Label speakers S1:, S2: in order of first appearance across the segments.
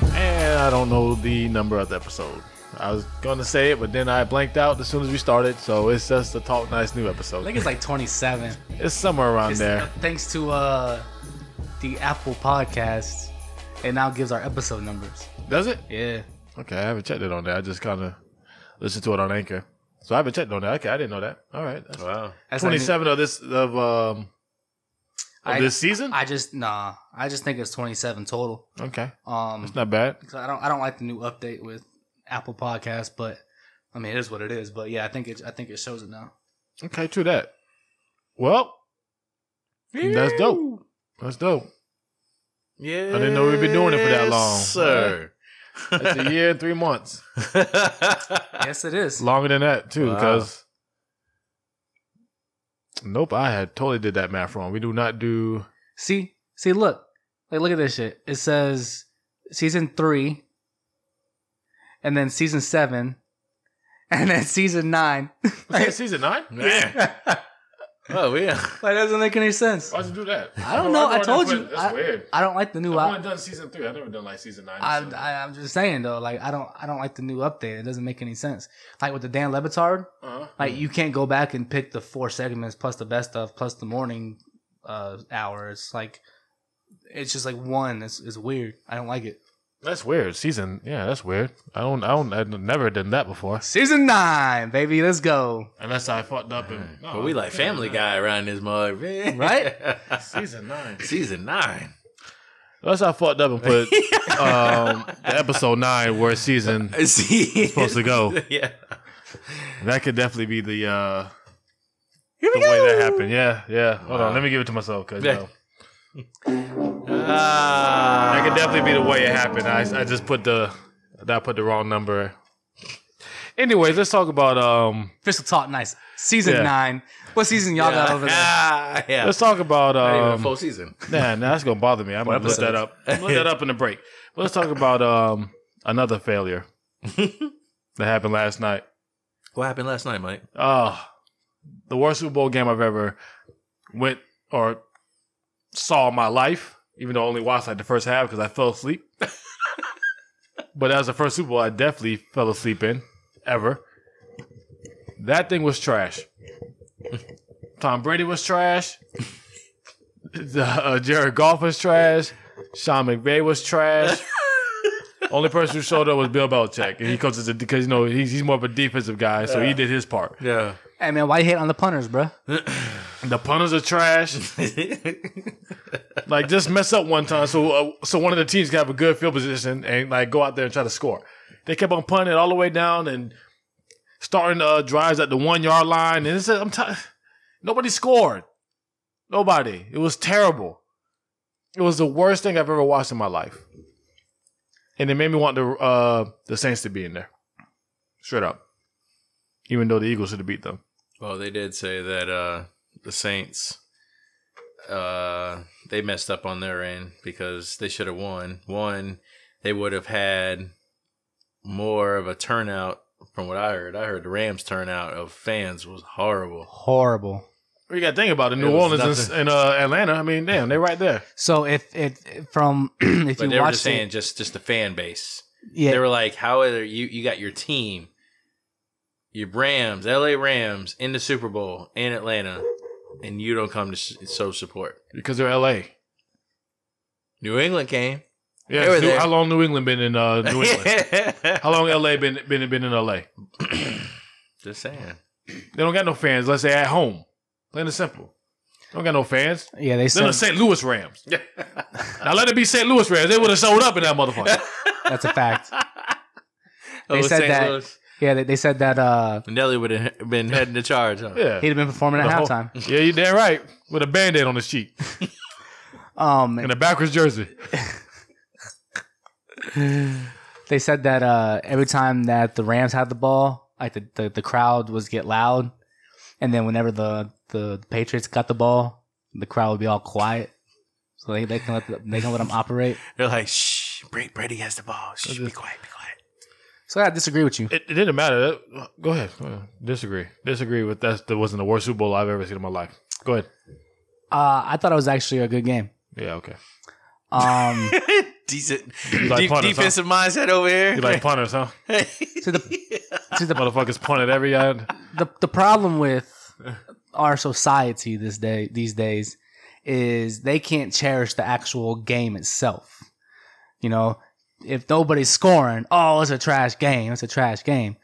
S1: I don't know the number of the episode. I was gonna say it, but then I blanked out as soon as we started. So it's just the Talk Nice new episode.
S2: I think it's like 27.
S1: It's somewhere around
S2: It's, uh,
S1: there.
S2: Thanks to uh, the Apple Podcast, it now gives our episode numbers.
S1: Does it?
S2: Yeah.
S1: Okay, I haven't checked it on there. I just kind of listened to it on Anchor, so I haven't checked on that. Okay, I didn't know that. All right, that's, wow.
S2: That's
S1: Twenty-seven of this of um of
S2: I-
S1: this season.
S2: I just nah. I just think it's 27 total.
S1: okay,
S2: Um,
S1: it's not bad.
S2: 'cause I don't I don't like the new update with Apple Podcast, but I mean it is what it is. But yeah, I think it I think it shows it now.
S1: Okay, true that. Well, that's dope. That's dope.
S3: Yeah.
S1: I didn't know we'd been doing it for that long.
S3: Sir.
S1: That's a year and three months.
S2: Yes, it is.
S1: Longer than that too,
S3: Wow.
S1: because nope, I had totally did that math wrong. We do not do
S2: See, see, look, like look at this shit. It says season three, and then season seven, and then season nine.
S1: Was that season nine.
S3: Man. oh, yeah.
S2: Like, that doesn't make any sense.
S1: Why'd you do that?
S2: I don't know. I
S1: wonder
S2: told
S1: if it-
S2: you.
S1: That's weird.
S2: I don't like the new.
S1: I've only
S2: I,
S1: done season three. I've never done like season nine.
S2: I,
S1: so-
S2: I, am just saying though, like I don't, I don't like the new update. It doesn't make any sense. Like with the Dan Levitard,
S1: Uh-huh.
S2: like you can't go back and pick the four segments plus the best of plus the morning uh, hour. It's like, it's just like one. It's, it's weird. I don't like it.
S1: That's weird. Season, yeah, that's weird. I don't, I don't, I've never done that before.
S2: Season nine, baby, let's go.
S1: Unless I fucked up and. oh, No,
S3: But we like Family Guy around this mug, man.
S2: Right?
S1: season nine.
S3: Season nine.
S1: Unless I fucked up and put um, the episode nine where season
S3: See,
S1: supposed to go.
S3: yeah.
S1: That could definitely be the uh,
S2: Here
S1: the
S2: we
S1: way
S2: go.
S1: that happened. Yeah, yeah. Hold
S3: Wow.
S1: on, let me give it to myself because
S3: Yeah. Ah,
S1: that could definitely be the way it happened. I, I just put the I put the wrong number. Anyways, let's talk about um.
S2: Official Talk Nice, season
S1: Yeah.
S2: nine. What season y'all got over there?
S3: Ah, yeah.
S1: Let's talk about
S3: Not even a
S1: um.
S3: full season.
S1: Nah, nah, that's gonna bother me. I'm gonna look
S3: episodes?
S1: that up. I'm gonna look that up in the break. But let's talk about um another failure that happened last night.
S3: What happened last night, Mike?
S1: Oh, the worst Super Bowl game I've ever went or saw in my life. Even though I only watched like the first half because I fell asleep. but that was the first Super Bowl I definitely fell asleep in ever. That thing was trash. Tom Brady was trash. The, uh, Jared Goff was trash. Sean McVay was trash. Only person who showed up was Bill Belichick, and he coaches it because you know he's, he's more of a defensive guy, so he did his part.
S3: Yeah.
S2: Hey man, why you hate on the punters, bruh?
S1: The punters are trash.
S3: yeah.
S1: like just mess up one time, so uh, so one of the teams can have a good field position and like go out there and try to score. They kept on punting it all the way down and starting uh, drives at the one yard line, and it's I'm t- nobody scored. Nobody. It was terrible. It was the worst thing I've ever watched in my life, and it made me want the uh, the Saints to be in there, straight up. Even though the Eagles should have beat them.
S3: Well, they did say that uh, the Saints uh, they messed up on their end because they should have won. One, they would have had more of a turnout. From what I heard, I heard the Rams turnout of fans was horrible.
S2: Horrible.
S1: Well, you got to think about it. New
S3: It was
S1: Orleans and, s-
S3: nothing.
S1: and uh, Atlanta. I mean, damn, they're right there.
S2: So if it from if
S3: But
S2: you
S3: they were
S2: watch
S3: just saying
S2: it,
S3: just just the fan base.
S2: yeah,
S3: They were like, "How are you? You got your team, your Rams, L.A. Rams, in the Super Bowl in Atlanta, and you don't come to s- show support."
S1: Because they're LA.
S3: New England came.
S1: Yeah.
S3: They were
S1: New-
S3: there.
S1: how long New England been in uh, New England? how long LA been been been in LA?
S3: Just saying.
S1: They don't got no fans unless they at home. Plain and simple. Don't got no fans.
S2: yeah, they
S1: They're the
S2: said
S1: St. Louis Rams. now let it be St. Louis Rams. They would have showed up in that motherfucker.
S2: that's a fact. They
S3: Oh,
S2: said
S3: St.
S2: that-
S3: Louis.
S2: Yeah, they, they said that uh
S3: Nelly would have been heading the charge. Huh?
S1: Yeah.
S2: he'd have been performing at
S1: The whole-
S2: halftime.
S1: Yeah, you damn right. With a band aid on his cheek
S2: Um,
S1: and a backwards jersey.
S2: they said that uh every time that the Rams had the ball, like the the, the crowd was get loud, and then whenever the the Patriots got the ball, the crowd would be all quiet. So they, they can let the, they can let them operate.
S3: They're like, "Shh, Brady, Brady has the ball. Shh, be quiet, be quiet."
S2: So I disagree with you.
S1: It, it didn't matter. That- Go ahead. Go ahead. Uh, Disagree. Disagree with that. That wasn't the worst Super Bowl I've ever seen in my life. Go ahead.
S2: Uh, I thought it was actually a good game.
S1: Yeah, okay.
S2: Um,
S4: Decent
S1: like punters,
S4: deep-
S1: huh?
S4: defensive mindset over here.
S1: You like punters, huh?
S2: See, the, see the,
S1: Motherfuckers punt at every end.
S2: the the problem with our society this day these days is they can't cherish the actual game itself. You know, if nobody's scoring, oh, it's a trash game. It's a trash game.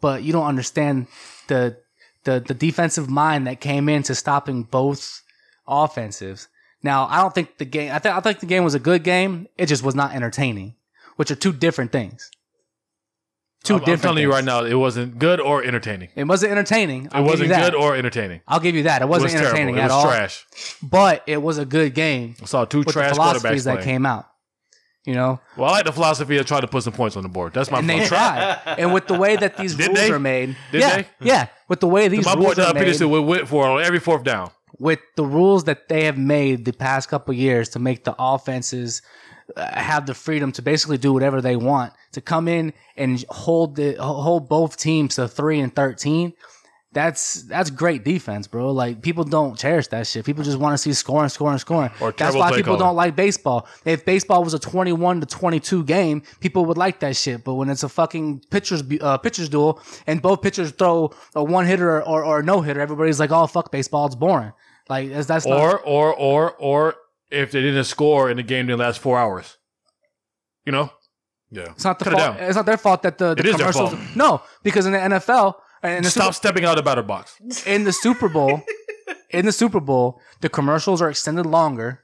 S2: But you don't understand the the the defensive mind that came into stopping both offensives. Now, I don't think the game. I think I think the game was a good game. It just was not entertaining, which are two different things. 2
S1: I'm, I'm
S2: different.
S1: telling you
S2: things.
S1: right now, it wasn't good or entertaining.
S2: It wasn't entertaining. I'll
S1: It
S2: give
S1: wasn't
S2: you that.
S1: good or entertaining.
S2: I'll give you that. It
S1: It
S2: wasn't
S1: was
S2: entertaining
S1: terrible. It was
S2: at all,
S1: trash.
S2: but it was a good game
S1: I saw two
S2: with the
S1: trash
S2: philosophies
S1: quarterbacks
S2: that
S1: playing.
S2: came out. You know,
S1: Well, I like the philosophy of trying to put some points on the board. That's my
S2: and they
S1: philosophy.
S2: tried, and with the way that these
S1: Did
S2: rules
S1: they?
S2: are made,
S1: Did
S2: yeah,
S1: they?
S2: yeah, with the way these
S1: My boy
S2: rules are
S1: Doug
S2: made,
S1: Peterson would went for it on every fourth down.
S2: with the rules that they have made the past couple years to make the offenses uh, have the freedom to basically do whatever they want to come in and hold the hold both teams to three and thirteen. That's that's great defense, bro. Like people don't cherish that shit. People just want to see scoring, scoring, scoring.
S1: Or
S2: that's
S1: terrible
S2: why
S1: play
S2: people
S1: calling.
S2: don't like baseball. If baseball was a twenty-one to twenty-two game, people would like that shit. But when it's a fucking pitchers bu- uh, pitchers duel and both pitchers throw a one hitter or, or, or no hitter, everybody's like, "Oh fuck, baseball, it's boring." Like that's, that's not
S1: Or or or or if they didn't score and the game didn't last four hours. You know? Yeah.
S2: It's not the
S1: Cut it
S2: fault.
S1: down.
S2: It's not their fault that the, the
S1: It is their
S2: commercials.
S1: fault.
S2: No, because in the NFL and uh, in the,
S1: Stop stepping out of the batter box.
S2: Super, in the Super Bowl, in the Super Bowl, the commercials are extended longer,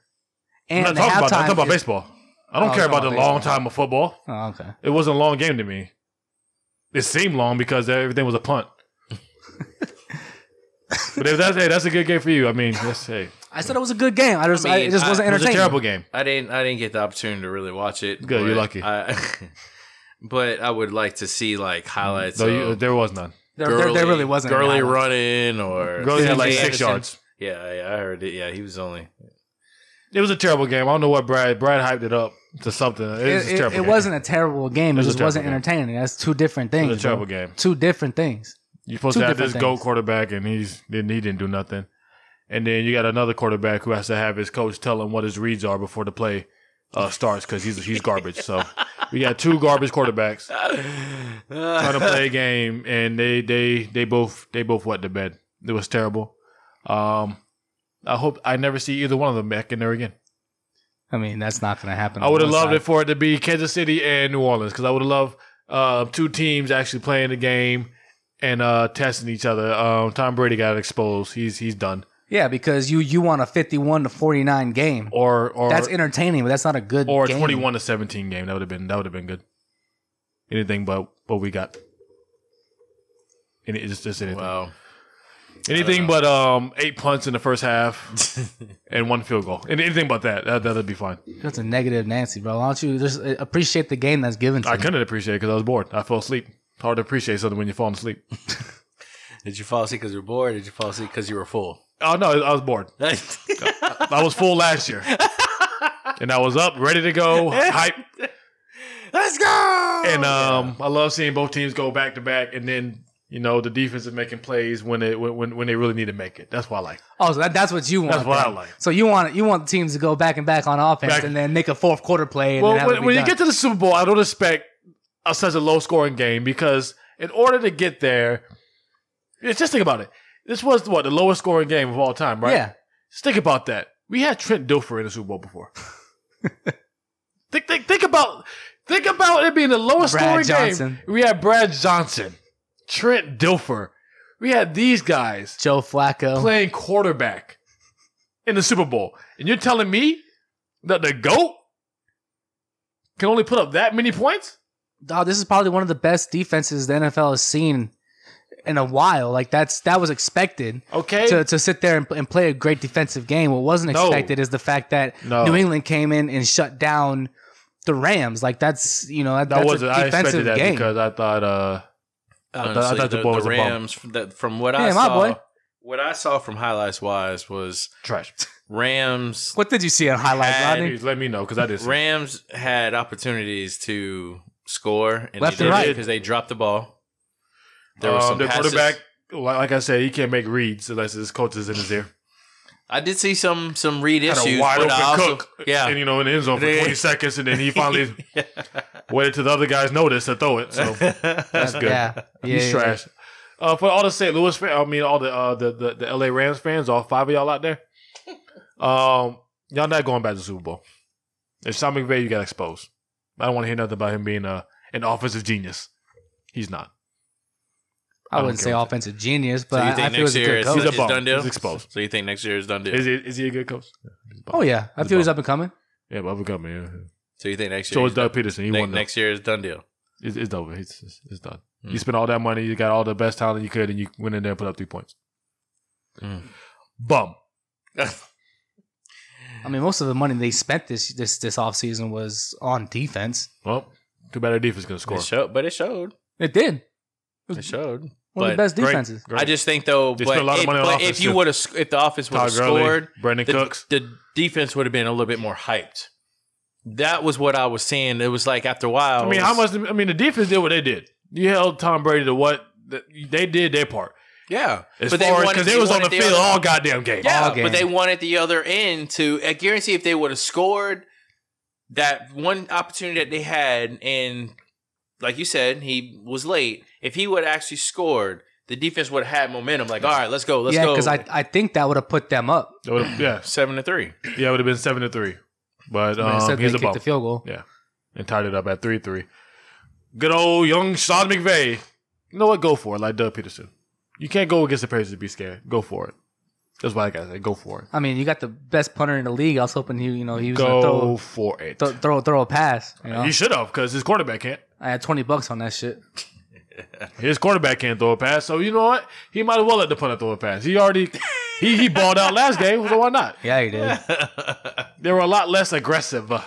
S1: I'm not
S2: and the
S1: talking about that. I'm
S2: halftime.
S1: talking about
S2: is-
S1: baseball. I don't
S2: Oh,
S1: care
S2: it's
S1: about the
S2: not
S1: long
S2: baseball.
S1: time of football.
S2: Oh, okay.
S1: It wasn't a long game to me. It seemed long because everything was a punt. but if that's hey, that's a good game for you. I mean, that's hey,
S2: I said it was a good game. I just, I
S4: I mean,
S2: it just
S4: I-
S2: wasn't
S1: it was a
S2: entertaining.
S1: terrible game.
S4: I didn't I didn't get the opportunity to really watch it.
S1: Good,
S4: but
S1: you're lucky.
S4: I, but I would like to see like highlights.
S1: No, you, uh,
S4: of
S1: there was none.
S2: There, there- there really wasn't.
S4: girly
S2: any highlights.
S4: running or
S1: Gurley had like
S4: CJ
S1: six
S4: Anderson.
S1: yards.
S4: Yeah, yeah, I heard it. Yeah, he was only
S1: It was a terrible game. I don't know what Brad Brad hyped it up to something. It, was
S2: It,
S1: a
S2: it-
S1: terrible
S2: it
S1: game.
S2: wasn't a terrible game. It,
S1: was a
S2: just wasn't
S1: terrible
S2: entertaining. That's two different things.
S1: It was a terrible
S2: bro.
S1: game.
S2: Two different things.
S1: You're supposed
S2: Two
S1: to have this
S2: different
S1: GOAT
S2: things.
S1: quarterback, and he's then he didn't do nothing. And then you got another quarterback who has to have his coach tell him what his reads are before the play uh, starts because he's he's garbage. so we got two garbage quarterbacks trying to play a game, and they they they both they both went to bed. It was terrible. Um, I hope I never see either one of them back in there again.
S2: I mean, that's not going to happen.
S1: I would have
S2: on
S1: loved
S2: one
S1: it for it to be Kansas City and New Orleans because I would have loved uh, two teams actually playing the game and uh, testing each other. Um, Tom Brady got exposed. He's he's done.
S2: side. Yeah, because you you want a fifty-one to forty-nine game.
S1: Or or
S2: that's entertaining, but that's not a good
S1: or a
S2: game.
S1: twenty one to seventeen game. That would have been that would have been good. Anything but what we got. Any, it's just anything.
S4: Wow.
S1: anything but um eight punts in the first half and one field goal. And anything but that. That that'd be fine.
S2: That's a negative, Nancy, bro. Why don't you just uh, appreciate the game that's given to
S1: I
S2: you?
S1: couldn't appreciate it because I was bored. I fell asleep. It's hard to appreciate something when you're falling asleep.
S4: Did you fall asleep because you were bored? Or did you fall asleep because you were full?
S1: Oh no, I was bored. I was full last year. And I was up, ready to go, hype.
S4: Let's go.
S2: Oh,
S1: And um, I love seeing both teams go back to back, and then you know the defense is making plays when it when when, when they really need to make it. That's what I like.
S2: Oh, so that, that's what you want.
S1: That's what I
S2: then.
S1: like.
S2: So you want you want the teams to go back and back on offense
S1: Back-
S2: and then make a fourth quarter play. And then
S1: Well,
S2: have it
S1: when,
S2: be
S1: when you
S2: done.
S1: get to the Super Bowl, I don't expect a, such a low scoring game because in order to get there, yeah, just think about it. This was what the lowest scoring game of all time, right?
S2: yeah,
S1: Just think about that. We had Trent Dilfer in the Super Bowl before. think, think, think about think about it being the lowest scoring
S2: Brad Johnson.
S1: game. We had Brad Johnson, Trent Dilfer. We had these guys
S2: Joe Flacco.
S1: playing quarterback in the Super Bowl. And you're telling me that the GOAT can only put up that many points?
S2: Oh, this is probably one of the best defenses the NFL has seen in a while. Like that's that was expected.
S1: Okay.
S2: To, to sit there and, and play a great defensive game. What wasn't
S1: No.
S2: expected is the fact that
S1: No.
S2: New England came in and shut down the Rams. Like that's you know that,
S1: that
S2: that's
S1: was
S2: a
S1: I
S2: defensive
S1: expected that
S2: game.
S1: because I thought uh I thought- I
S4: Honestly,
S1: thought the
S4: the,
S1: ball
S4: the
S1: was a bum.
S4: Rams, from, that, from what I
S2: Yeah, my
S4: saw,
S2: boy.
S4: what I saw from highlights wise was
S1: trash.
S4: Rams.
S2: What did you see on highlights,
S4: Had-
S2: Rodney?
S1: Please let me know because I didn't see.
S4: Rams had opportunities to score and
S2: Left
S4: they
S2: and right.
S4: because they dropped the ball.
S1: Um, the
S4: passes-
S1: quarterback, li- like I said, he can't make reads unless his coach is in his ear.
S3: I did see some some read
S1: Had
S3: issues,
S1: a wide
S3: but I
S1: open
S3: also
S1: cook, and
S3: yeah.
S1: you know, in the end zone for
S3: Yeah.
S1: 20 seconds, and then he finally waited till the other guys noticed to throw it. So that's good.
S2: Yeah, yeah,
S1: He's
S2: yeah.
S1: trash. Uh, for all the St. Louis fans, I mean all the, uh, the the the LA Rams fans, all five of y'all out there, um, y'all not going back to the Super Bowl. If Sean McVay, you got exposed. I don't want to hear nothing about him being uh, an offensive genius. He's not. I
S2: I
S1: don't
S2: wouldn't
S1: care
S2: say
S1: what you-
S2: offensive genius, but
S3: so you
S2: I, I
S3: think
S2: feel
S3: next
S2: he's a
S3: year
S2: good
S3: is,
S2: coach.
S1: He's a
S3: is
S1: bum.
S3: done deal?
S1: He's exposed.
S3: So you think next year is done deal?
S1: Is he is he a good coach?
S2: oh yeah, I
S1: He's a
S2: feel he's
S1: bum.
S2: up and coming.
S1: Yeah, but we coming. Yeah.
S3: so you think next year?
S1: So
S3: is
S1: is
S3: done-
S1: Doug Peterson. He
S3: ne-
S1: won. though.
S3: next year is done deal.
S1: It's, it's over. It's, it's, it's done.
S3: Mm.
S1: You spent all that money. You got all the best talent you could, and you went in there and put up three points.
S3: Mm.
S1: Bum.
S2: I mean, most of the money they spent this this this offseason was on defense.
S1: Well, too bad our defense can score.
S3: It showed, but it showed.
S2: It did
S3: It showed.
S2: one of the
S3: But
S2: best
S1: Great.
S2: defenses.
S1: Great.
S3: I just think though,
S1: They
S3: but,
S1: spent a lot of
S3: it-
S1: money on
S3: but
S1: offense,
S3: if you
S1: too.
S3: would have, if the offense would
S1: Todd
S3: have
S1: Gurley,
S3: scored,
S1: Brandon
S3: the,
S1: Cooks.
S3: the defense would have been a little bit more hyped. That was what I was seeing. It was like after a while.
S1: I mean,
S3: it
S1: how
S3: was-
S1: much? I mean, the defense did what they did. You held Tom Brady to what th- they did their part.
S3: Yeah,
S1: As far as because they, was on the
S3: wanted
S1: field
S3: other-
S1: all goddamn game.
S3: yeah,
S2: all
S3: but
S2: game.
S3: they wanted the other end to. I guarantee if they would have scored that one opportunity that they had, and like you said, he was late. If he would have actually scored, the defense would have had momentum. Like, all right, let's go, let's
S2: yeah,
S3: go.
S2: because I I think that would have put them up.
S1: It would've- yeah,
S3: seven to three.
S1: yeah, it would have been seven to three, but
S2: I mean,
S1: um,
S2: except
S1: he's
S2: they
S1: a
S2: kicked
S1: bum
S2: the field goal.
S1: and tied it up at three three. Good old young Sean McVay. You know what? Go for it, like Doug Peterson. You can't go against the Patriots to be scared. Go for it. That's why I gotta say, go for it.
S2: I mean, you got the best punter in the league. I was hoping he you know he was
S1: Go
S2: gonna
S1: for it.
S2: throw th- throw throw a pass. You know?
S1: He should have because his quarterback can't.
S2: I had twenty bucks on that shit.
S1: His quarterback can't throw a pass, so you know what? He might as well let the punter throw a pass. He already he he balled out last game, so why not?
S2: Yeah, he did.
S1: They were a lot less aggressive, uh,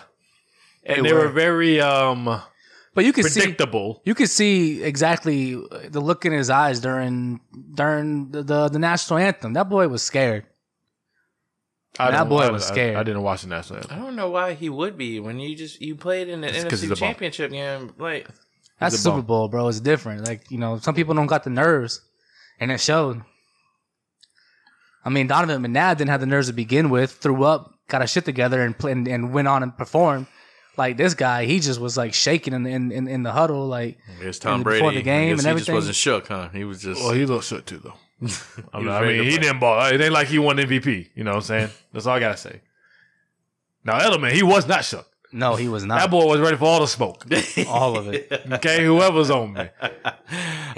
S1: and
S2: They
S1: they were,
S2: were.
S1: very um
S2: But you could see
S1: predictable.
S2: You could see exactly the look in his eyes during during the the, the national anthem. That boy was scared.
S1: I
S2: That
S1: don't-
S2: boy
S1: I-
S2: was
S1: I-
S2: scared.
S1: I, didn't watch the national anthem.
S3: I don't know why he would be when you just you played in the
S1: It's 'cause he's a
S3: NFC
S1: bum.
S3: Championship game. Like,
S2: That's
S1: a
S2: the Super
S1: bum.
S2: Bowl, bro. It's different. Like you know, some people don't got the nerves, and it showed. I mean, Donovan McNabb didn't have the nerves to begin with. Threw up, got his shit together, and pl- and, and went on and performed. Like this guy, he just was like shaking in the in, in, in the huddle. Like
S3: it's
S2: Tom Before Brady. the game I guess and he just everything. wasn't
S3: shook, huh? He was just
S1: Well, he looked shook too, though. I mean,
S3: was
S1: I mean,
S3: ready to
S1: he
S3: play.
S1: didn't ball. It ain't like he won MVP. You know what I'm saying? That's all I gotta say. Now Edelman, he was not shook.
S2: no, he was
S1: That
S2: not
S1: boy was ready for all the smoke.
S2: all of it.
S1: Okay, whoever's on me.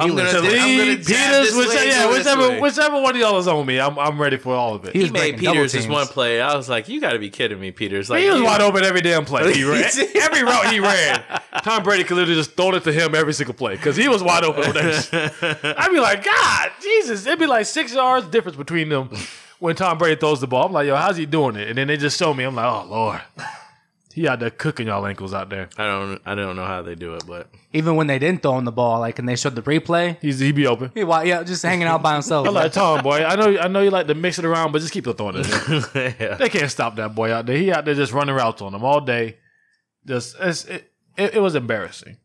S3: I'm gonna,
S1: Talib,
S3: I'm gonna jab
S1: Peters,
S3: this way,
S1: whichever,
S3: go
S1: yeah,
S3: this
S1: whichever,
S3: way.
S1: whichever one of y'all is on me, I'm, I'm ready for all of it.
S2: He
S1: He,
S2: was
S3: He made
S2: breaking double
S3: Peters this
S2: teams.
S3: one play. I was like, you got to be kidding me, Peters. Like
S1: was
S3: you-
S1: wide open every damn play. He ran,
S3: He's-
S1: every route he ran, Tom Brady could literally just throw it to him every single play because he was wide open. on that shit. I'd be like, God, Jesus, it'd be like six yards difference between them when Tom Brady throws the ball. I'm like, yo, how's he doing it? And then they just show me. I'm like, oh Lord, he out there cooking y'all ankles out there.
S3: I don't, I don't know how they do it, but
S2: Even when they didn't throw him the ball, like and they showed the replay,
S1: He's he be open.
S2: he wa- yeah, just hanging out by himself.
S1: I'm like, Tom, boy, I know, I know you like to mix it around, but just keep the throwing it.
S3: yeah.
S1: They can't stop that boy out there. He out there just running routes on them all day. Just it's, it, it, it was embarrassing.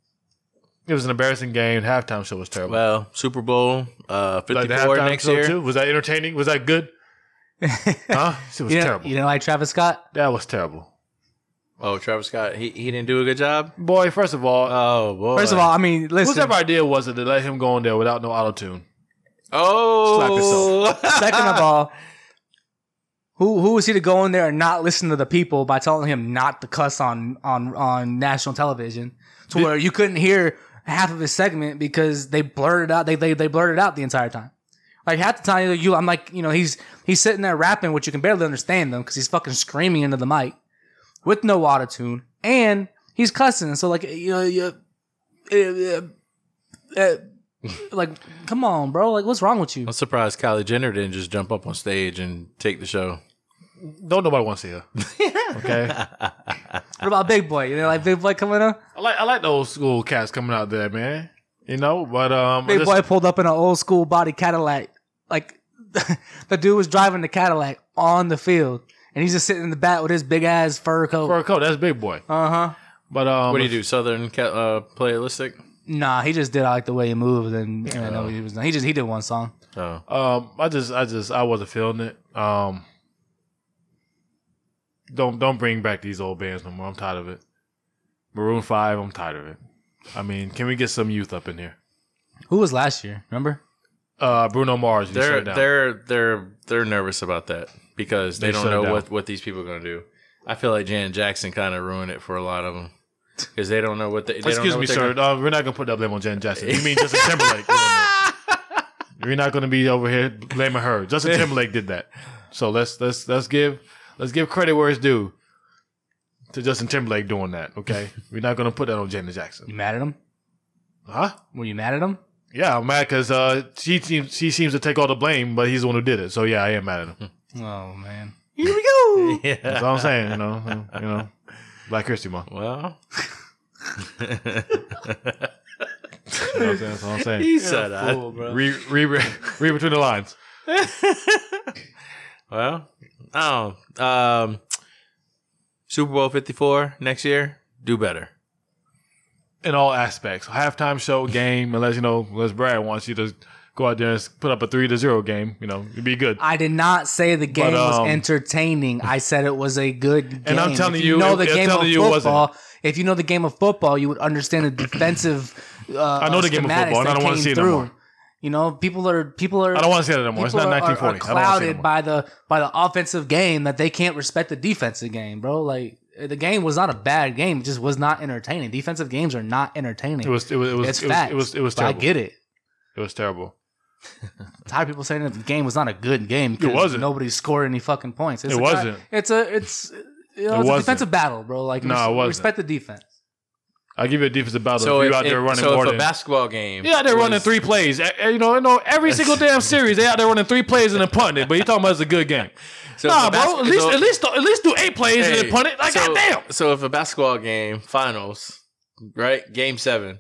S1: It was an embarrassing game. Halftime show was terrible.
S3: Well, Super Bowl uh,
S1: like the
S3: 54
S1: halftime
S3: next
S1: show
S3: year.
S1: too. Was that entertaining? Was that good? Huh? It was
S2: you know,
S1: terrible.
S2: You know, like Travis Scott.
S1: That was terrible.
S3: Oh, Travis Scott, he, he didn't do a good job.
S1: Boy, first of all,
S3: Oh boy!
S2: First of all, I mean, listen.
S1: whosever idea was it to let him go in there without no auto tune?
S3: oh,
S2: Second of all, who who is he to go in there and not listen to the people by telling him not to cuss on on on national television to
S1: Did-
S2: where you couldn't hear half of his segment because they blurted out they they they blurted out the entire time. Like half the time you I'm like, you know, he's he's sitting there rapping which you can barely understand them cuz he's fucking screaming into the mic with no auto tune and he's cussing. So like you know, you uh, uh, like come on, bro. Like what's wrong with you?
S3: I'm surprised Kylie Jenner didn't just jump up on stage and take the show.
S1: Don't nobody want to see her. Okay.
S2: What about Big Boy? You know, like Big Boy coming up.
S1: I like I like the old school cats coming out there, man. You know, but um,
S2: Big
S1: just-
S2: Boy pulled up in an old school body Cadillac. Like the dude was driving the Cadillac on the field, and he's just sitting in the back with his big ass fur
S1: for
S2: coat.
S1: a coat, that's big boy.
S2: Uh huh.
S1: But um,
S3: What do you do? Southern ca- uh, playalistic?
S2: Nah, he just did like the way he moved, and and I know he was. He just he did one song.
S3: Oh,
S1: Um, I just, I just, I wasn't feeling it. Um, don't don't bring back these old bands no more. I'm tired of it. Maroon Five, I'm tired of it. I mean, can we get some youth up in here?
S2: Who was last year? Remember?
S1: Uh, Bruno Mars, you
S4: They're
S1: shut it down.
S4: they're they're they're nervous about that because they,
S1: They
S4: don't
S1: shut it
S4: know
S1: down.
S4: what what these people are going to do. I feel like Janet Jackson kind of ruined it for a lot of them because they don't know what they. they don't
S1: Excuse
S4: know
S1: me,
S4: what they're
S1: sir.
S4: gonna-
S1: Uh, we're not gonna put that blame on Jen Jackson. You mean Justin Timberlake? You're not gonna be over here blaming her. Justin Timberlake did that. So let's let's let's give let's give credit where it's due to Justin Timberlake doing that. Okay, we're not gonna put that on Janet Jackson,
S2: You mad at him?
S1: huh?
S2: Were you mad at him?
S1: Yeah, I'm mad because uh, she seems she seems to take all the blame, but he's the one who did it. So yeah, I am mad at him.
S2: Oh man.
S4: Here we go.
S1: That's all I'm saying. You know, you know, Black Christy Month.
S4: Well,
S1: You know what I'm saying? That's all I'm saying.
S4: he said that.
S1: Read, read, read between the lines.
S4: Well, oh, um, Super Bowl Fifty Four next year. Do better.
S1: in all aspects. Halftime show, game, unless you know, unless Brad wants you to go out there and s- put up a three to zero game, you know, it'd be good.
S2: I did not say the
S1: um,
S2: game was entertaining. I said it was a good game.
S1: And I'm telling
S2: if
S1: you,
S2: you know
S1: it-
S2: the
S1: I'm
S2: game of
S1: telling you it wasn't.
S2: football. If you know the game of football, you would understand the defensive. Uh,
S1: I know the game of football, and I don't wanna see it no more.
S2: You know, people are people are.
S1: I don't want to see that anymore. It's
S2: people
S1: not
S2: are- are-
S1: 1940.
S2: Are
S1: I don't want to see it no
S2: clouded
S1: more.
S2: by the by the offensive game that they can't respect the defensive game, bro. Like the game was not a bad game; it just was not entertaining. Defensive games are not entertaining.
S1: It was it was it was
S2: it's
S1: it was,
S2: facts.
S1: it was it was
S2: but I
S1: terrible.
S2: get it.
S1: It was terrible.
S2: tired of people saying that the game was not a good game. 'cause
S1: It wasn't.
S2: Nobody scored any fucking points. It's
S1: It
S2: a guy-
S1: wasn't.
S2: it's a it's you
S1: It
S2: know, it's a
S1: wasn't.
S2: defensive battle, bro. Like
S1: No,
S2: res-
S1: it wasn't.
S2: respect the defense.
S1: I'll give you a defensive battle
S4: So
S1: if
S4: if,
S1: you're out there
S4: if-
S1: running
S4: so
S1: more
S4: if a
S1: than
S4: basketball game.
S1: yeah, they're
S4: was-
S1: running three plays. Eh, eh, You know, you know, every single damn series they out there running three plays and then punting it. But you talking about it's a good game?
S4: So if
S1: nah,
S4: a
S1: bro.
S4: bas-
S1: at least
S4: so-
S1: at least at least do eight plays and
S4: Hey,
S1: then punt it. Like
S4: so,
S1: goddamn.
S4: So if a basketball game finals, right, game seven,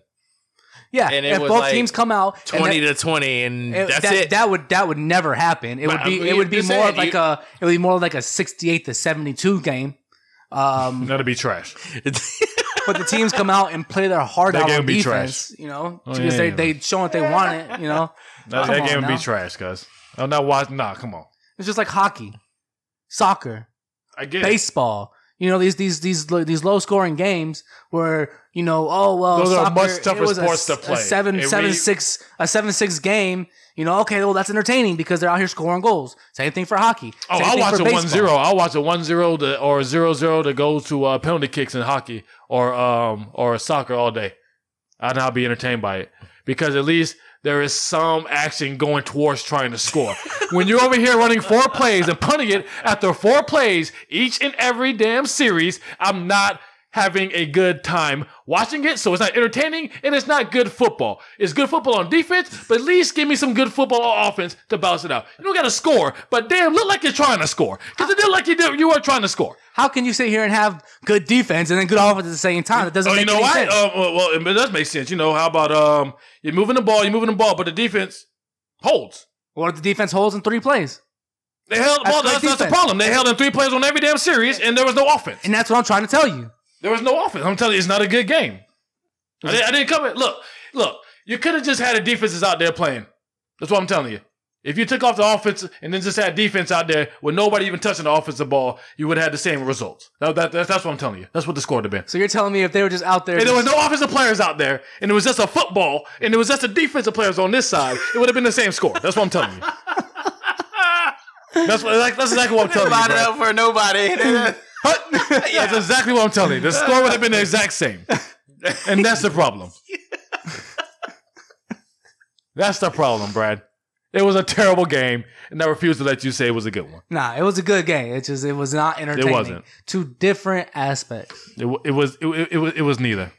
S2: Yeah,
S4: And it
S2: if
S4: was
S2: both
S4: like
S2: teams come out and
S4: twenty
S2: that-
S4: to twenty, and
S2: it-
S4: that's
S2: that,
S4: it.
S2: That would that would never happen. It
S4: But
S2: would be
S1: uh,
S4: I'm-
S2: it would be
S4: just
S2: more
S4: saying,
S2: of like
S4: you-
S2: a it would be more like a sixty eight to seventy two game. Um,
S1: That'd be trash.
S2: but the teams come out and play their heart
S1: That
S2: out
S1: game
S2: on
S1: would be
S2: defense. You know,
S1: Oh,
S2: because they
S1: yeah.
S2: they showing that they want it. You know,
S1: That,
S2: Come
S1: that
S2: on
S1: game would be
S2: now.
S1: trash, guys. I'm not watching. Nah, come on.
S2: it's just like hockey, soccer.
S1: I get it.
S2: baseball. You know these these these lo- these low scoring games where you know oh well
S1: Those are
S2: soccer,
S1: much tougher
S2: it was a,
S1: sports to
S2: s-
S1: play.
S2: A seven
S1: It
S2: seven
S1: really-
S2: six- a seven six game. You know okay well that's entertaining because they're out here scoring goals. Same thing for hockey.
S1: Oh,
S2: Same
S1: I'll
S2: thing
S1: watch
S2: for
S1: a
S2: baseball.
S1: 1 0. I'll watch a 1 0 to, or 0 0 to go to uh, penalty kicks in hockey or um or soccer all day. And I'll be entertained by it because at least there is some action going towards trying to score. when you're over here running four plays and punting it after four plays each and every damn series, I'm not having a good time watching it. So it's not entertaining and it's not good football. It's good football on defense, but at least give me some good football on offense to balance it out. You don't got to score, but damn, look like you're trying to score because it did like you did. You were trying to score.
S2: How can you sit here and have good defense and then good offense at the same time? It doesn't
S1: Oh,
S2: make
S1: you know
S2: any
S1: what?
S2: sense.
S1: Um, well, well, it does make sense. You know, how about um, you're moving the ball, you're moving the ball, but the defense holds.
S2: what if the defense holds in three plays?
S1: They held the
S2: That's
S1: ball.
S2: great
S1: That's, that's the
S2: defense.
S1: problem. They held in three plays on every damn series, and there was no offense.
S2: And that's what I'm trying to tell you.
S1: There was no offense. I'm telling you, it's not a good game. I, didn't- I didn't come in. Look, look, you could have just had the defenses out there playing. That's what I'm telling you. If you took off the offense and then just had defense out there with nobody even touching the offensive ball, you would have had the same results. That, that, that's, that's what I'm telling you. That's what the score would have been.
S2: So you're telling me if they were just out there,
S1: And there
S2: just-
S1: was no offensive players out there, and it was just a football, and it was just the defensive players on this side, it would have been the same score. That's what I'm telling you. That's, what, that's exactly what I'm telling you.
S4: Bought it
S1: bro.
S4: up for nobody.
S1: That's exactly what I'm telling you. The score would have been the exact same. And that's the problem. That's the problem, Brad. It was a terrible game, and I refuse to let you say it was a good one.
S2: nah, it was a good game. It just it was not entertaining.
S1: wasn't.
S2: Two different aspects.
S1: It, wa- it was it, wa- it, was it was neither.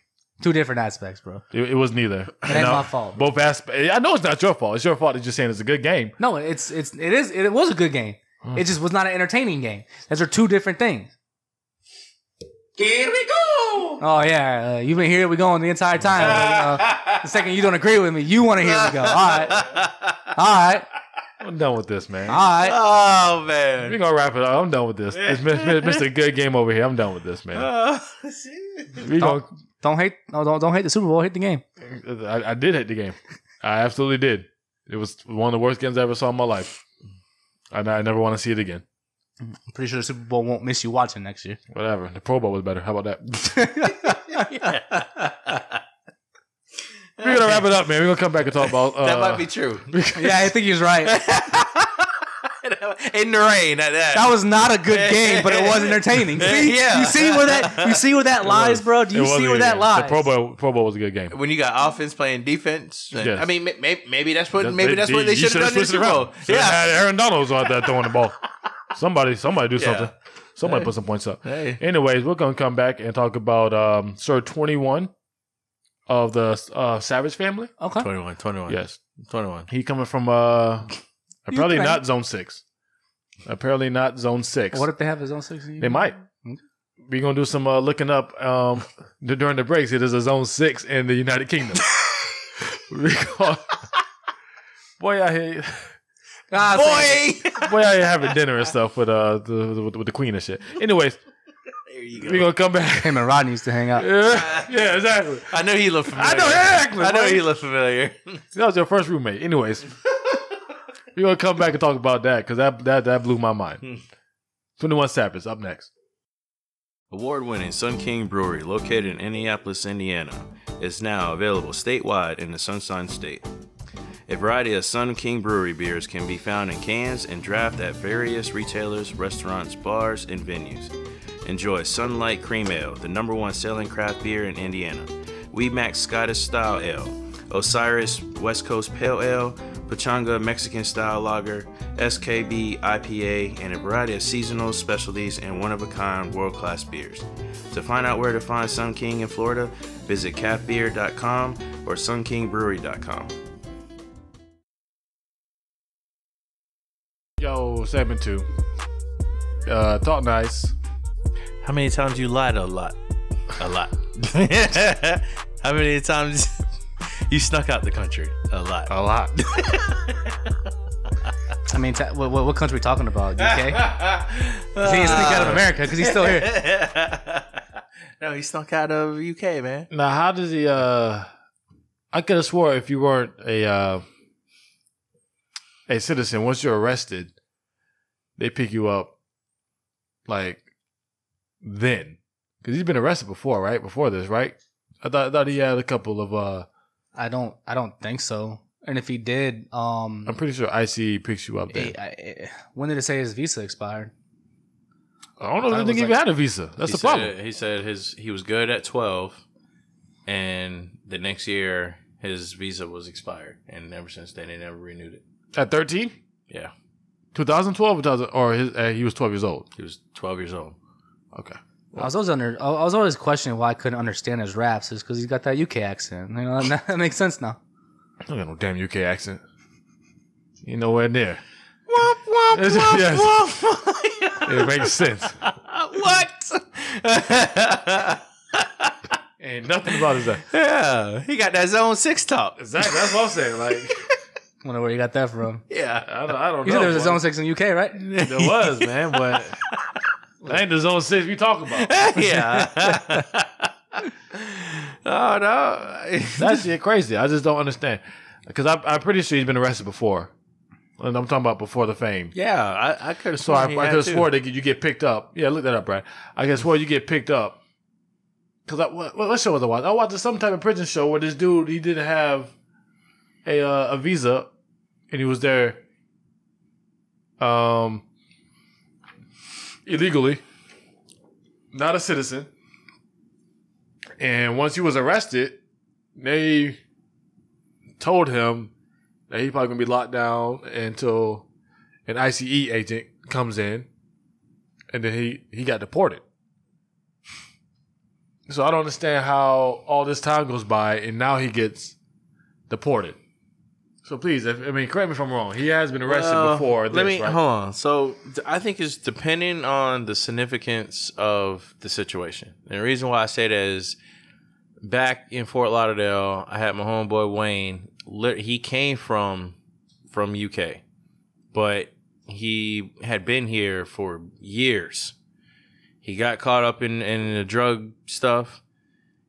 S2: Two different aspects, bro.
S1: It, it was neither. It
S2: ain't my fault.
S1: Both aspects. I know it's not your fault. It's your fault that you're saying it's a good game.
S2: No, it's it's it is it was a good game. It just was not an entertaining game. Those are two different things.
S4: Here we go.
S2: Oh yeah, uh, you've been here we going the entire time. but, you know, the second you don't agree with me, you want to hear we go. All right, all right,
S1: I'm done with this, man.
S2: all right.
S4: Oh
S1: We're
S4: man.
S1: gonna wrap it up. I'm done with this. It's Mr. Good Game over here. I'm done with this, man.
S3: Oh,
S1: We
S2: Don't-
S1: gonna-
S2: Don't hate no don't don't hate the Super Bowl. Hate the game.
S1: I, I did hate the game. I absolutely did. It was one of the worst games I ever saw in my life. And I never want to see it again.
S2: I'm pretty sure the Super Bowl won't miss you watching next year.
S1: Whatever. The Pro Bowl was better. How about that? We're gonna wrap it up, man. We're gonna come back and talk about. Uh,
S3: that might be true.
S2: yeah, I think he's right.
S3: In the rain at that.
S2: That was not a good game, but it was entertaining. See,
S3: Yeah.
S2: you see where that you see where that lies, bro. Do
S1: it
S2: you
S1: was a
S2: see where
S1: good
S2: that
S1: game.
S2: lies?
S1: The Pro Bowl, Pro Bowl was a good game.
S3: when you got offense playing defense,
S1: Yes.
S3: I mean, may- may- maybe that's what
S1: That-
S3: maybe that's what they
S1: you
S3: should have done in the
S1: switched it
S3: Super Bowl.
S1: around. Should've
S3: Yeah.
S1: had Aaron Donald's out there throwing the ball. Somebody, somebody do
S3: Yeah.
S1: something. Somebody
S3: Hey.
S1: put some points up.
S3: Hey.
S1: Anyways, we're gonna come back and talk about um, Sir Twenty One of the uh, Savage family.
S2: okay.
S3: 21, 21.
S1: Yes,
S3: 21.
S1: he coming from uh, apparently
S2: Ukraine.
S1: not Zone Six. Apparently not Zone Six.
S2: What if they have his own six?
S1: They might.
S2: Hmm.
S1: We're gonna do some uh, looking up um, d- during the breaks. It is a zone six in the United Kingdom. We gonna- boy, I here,
S2: Ah, so-
S3: Boy!
S1: boy, I here having dinner and stuff with uh the, with, with the queen and shit. Anyways,
S3: there you
S1: we're gonna come back.
S2: Him and Rodney used to hang out.
S1: yeah, yeah, exactly.
S3: I know he looked familiar.
S1: I know exactly.
S3: I know
S1: boy.
S3: he looked familiar.
S1: That was your first roommate. Anyways, we're gonna come back and talk about that because that, that that blew my
S3: Hmm.
S1: mind. Twenty One Savage up next.
S3: Award winning Sun King Brewery, located in Indianapolis, Indiana, is now available statewide in the Sunshine State. A variety of Sun King Brewery beers can be found in cans and draft at various retailers, restaurants, bars, and venues. Enjoy Sunlight Cream Ale, the number one selling craft beer in Indiana. We Max Scottish Style Ale, Osiris West Coast Pale Ale, Pachanga Mexican Style Lager, SKB IPA, and a variety of seasonal specialties and one of a kind world class beers. To find out where to find Sun King in Florida, visit cafbeer.com or sunkingbrewery.com.
S1: Yo, segment two. Uh, talk nice.
S3: How many times you lied a lot? A lot. How many times you snuck out the country? A lot.
S1: A lot.
S2: I mean, ta- what, what what country we talking about? UK?
S3: he
S2: he didn't sneak out of America because he's still here.
S3: Uh, no, he snuck out of UK, man.
S1: Now, how does he? Uh, I could have swore if you weren't a uh, a citizen, once you're arrested, they pick you up. Like then, because he's been arrested before, right? Before this, right? I thought, I thought he had a couple of. uh
S2: I don't. I don't think so. And if he did, um,
S1: I'm pretty sure ICE picks you up there.
S2: eh, I- eh, when did it say his visa expired?
S1: I don't know.
S2: I
S1: if they
S2: was
S1: think he
S2: like-
S1: even had a visa. That's
S3: he
S1: the problem.
S3: Said, he said his he was good at twelve, and the next year his visa was expired, and ever since then they never renewed it.
S1: At 13,
S3: Yeah,
S1: 2012, 2000 or his, uh, he was 12 years old.
S3: he was twelve years old.
S1: Okay.
S2: I was always under. I was always questioning why I couldn't understand his raps. Is because he's got that UK accent. You know that, that makes sense now.
S1: I don't got no damn UK accent. You nowhere near.
S3: Womp womp
S1: womp,
S3: womp.
S1: It makes sense.
S3: what?
S1: Ain't nothing about his accent.
S3: yeah, he got that zone six talk.
S1: Exactly. That's what I'm saying. Like,
S2: Wonder where you got that from.
S3: Yeah.
S1: I don't, I don't
S2: You
S1: know.
S2: said there was a
S1: boy.
S2: zone six in UK, right?
S1: There was, man, but that ain't the zone six we talking about.
S3: yeah. oh no.
S1: That shit crazy. I just don't understand. Because I'm pretty sure he's been arrested before. And I'm talking about before the fame.
S3: yeah, I, I could have
S1: So I, I could have swore that you get picked up. Yeah, look that up, Brad. I guess swore you get picked up. Cause I what, what show was I watching? I watched some type of prison show where this dude he didn't have a uh, a visa, and he was there, um, illegally, not a citizen. And once he was arrested, they told him that he probably gonna be locked down until an ICE agent comes in, and then he he got deported. So I don't understand how all this time goes by and now he gets deported. So please, if, I mean, correct me if I'm wrong. He has been arrested
S4: Uh,
S3: Well,
S1: before.
S3: Let
S1: this,
S3: me
S1: right?
S3: hold on. So d- I think it's depending on the significance of the situation. And the reason why I say that is back in Fort Lauderdale, I had my homeboy Wayne. Lit- He came from from UK, but he had been here for years. He got caught up in in the drug stuff.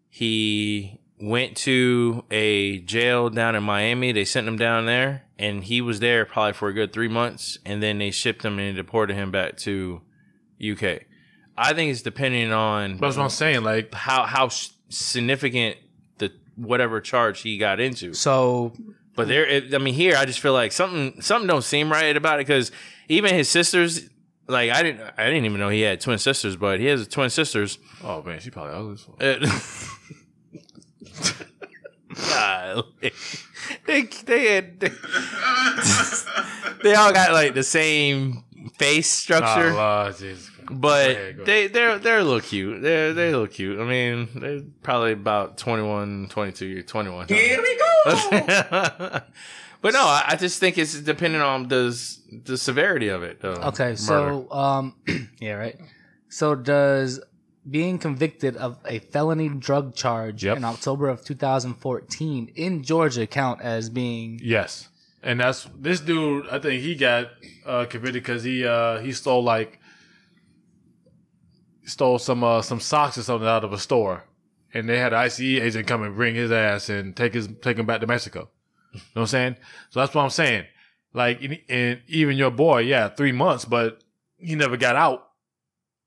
S3: He
S4: went to a jail down in Miami. They sent him down there, and he was there probably for a good three months, and then they shipped him and deported him back to UK. I think it's depending on
S1: But that's what I'm saying. Like,
S4: how how s- significant the whatever charge he got into.
S2: So
S4: But there, it, I mean, here I just feel like something something don't seem right about it because even his sisters, like I didn't I didn't even know he had twin sisters, but he has twin sisters.
S1: oh man, she probably ugly. as fuck.
S4: Uh, Golly. they they had they all got like the same face structure.
S1: Oh, Lord, Jesus Christ.
S4: But
S1: Go ahead, go
S4: they they're they're a little cute. They're they look cute. I mean, they're probably about 21, 22, 21. Here we go. but no, I, I just think it's dependent on the s- the severity of it. Though.
S2: okay, so um, yeah, right. So does being convicted of a felony drug charge
S1: Yep.
S2: in October of 2014 in Georgia count as being
S1: Yes, and that's this dude. I think he got uh, convicted because he uh, he stole like stole some uh, some socks or something out of a store, and they had an ICE E agent come and bring his ass and take his take him back to Mexico. You know what I'm saying? So that's what I'm saying. Like, and- and even your boy, yeah, three months, but he never got out.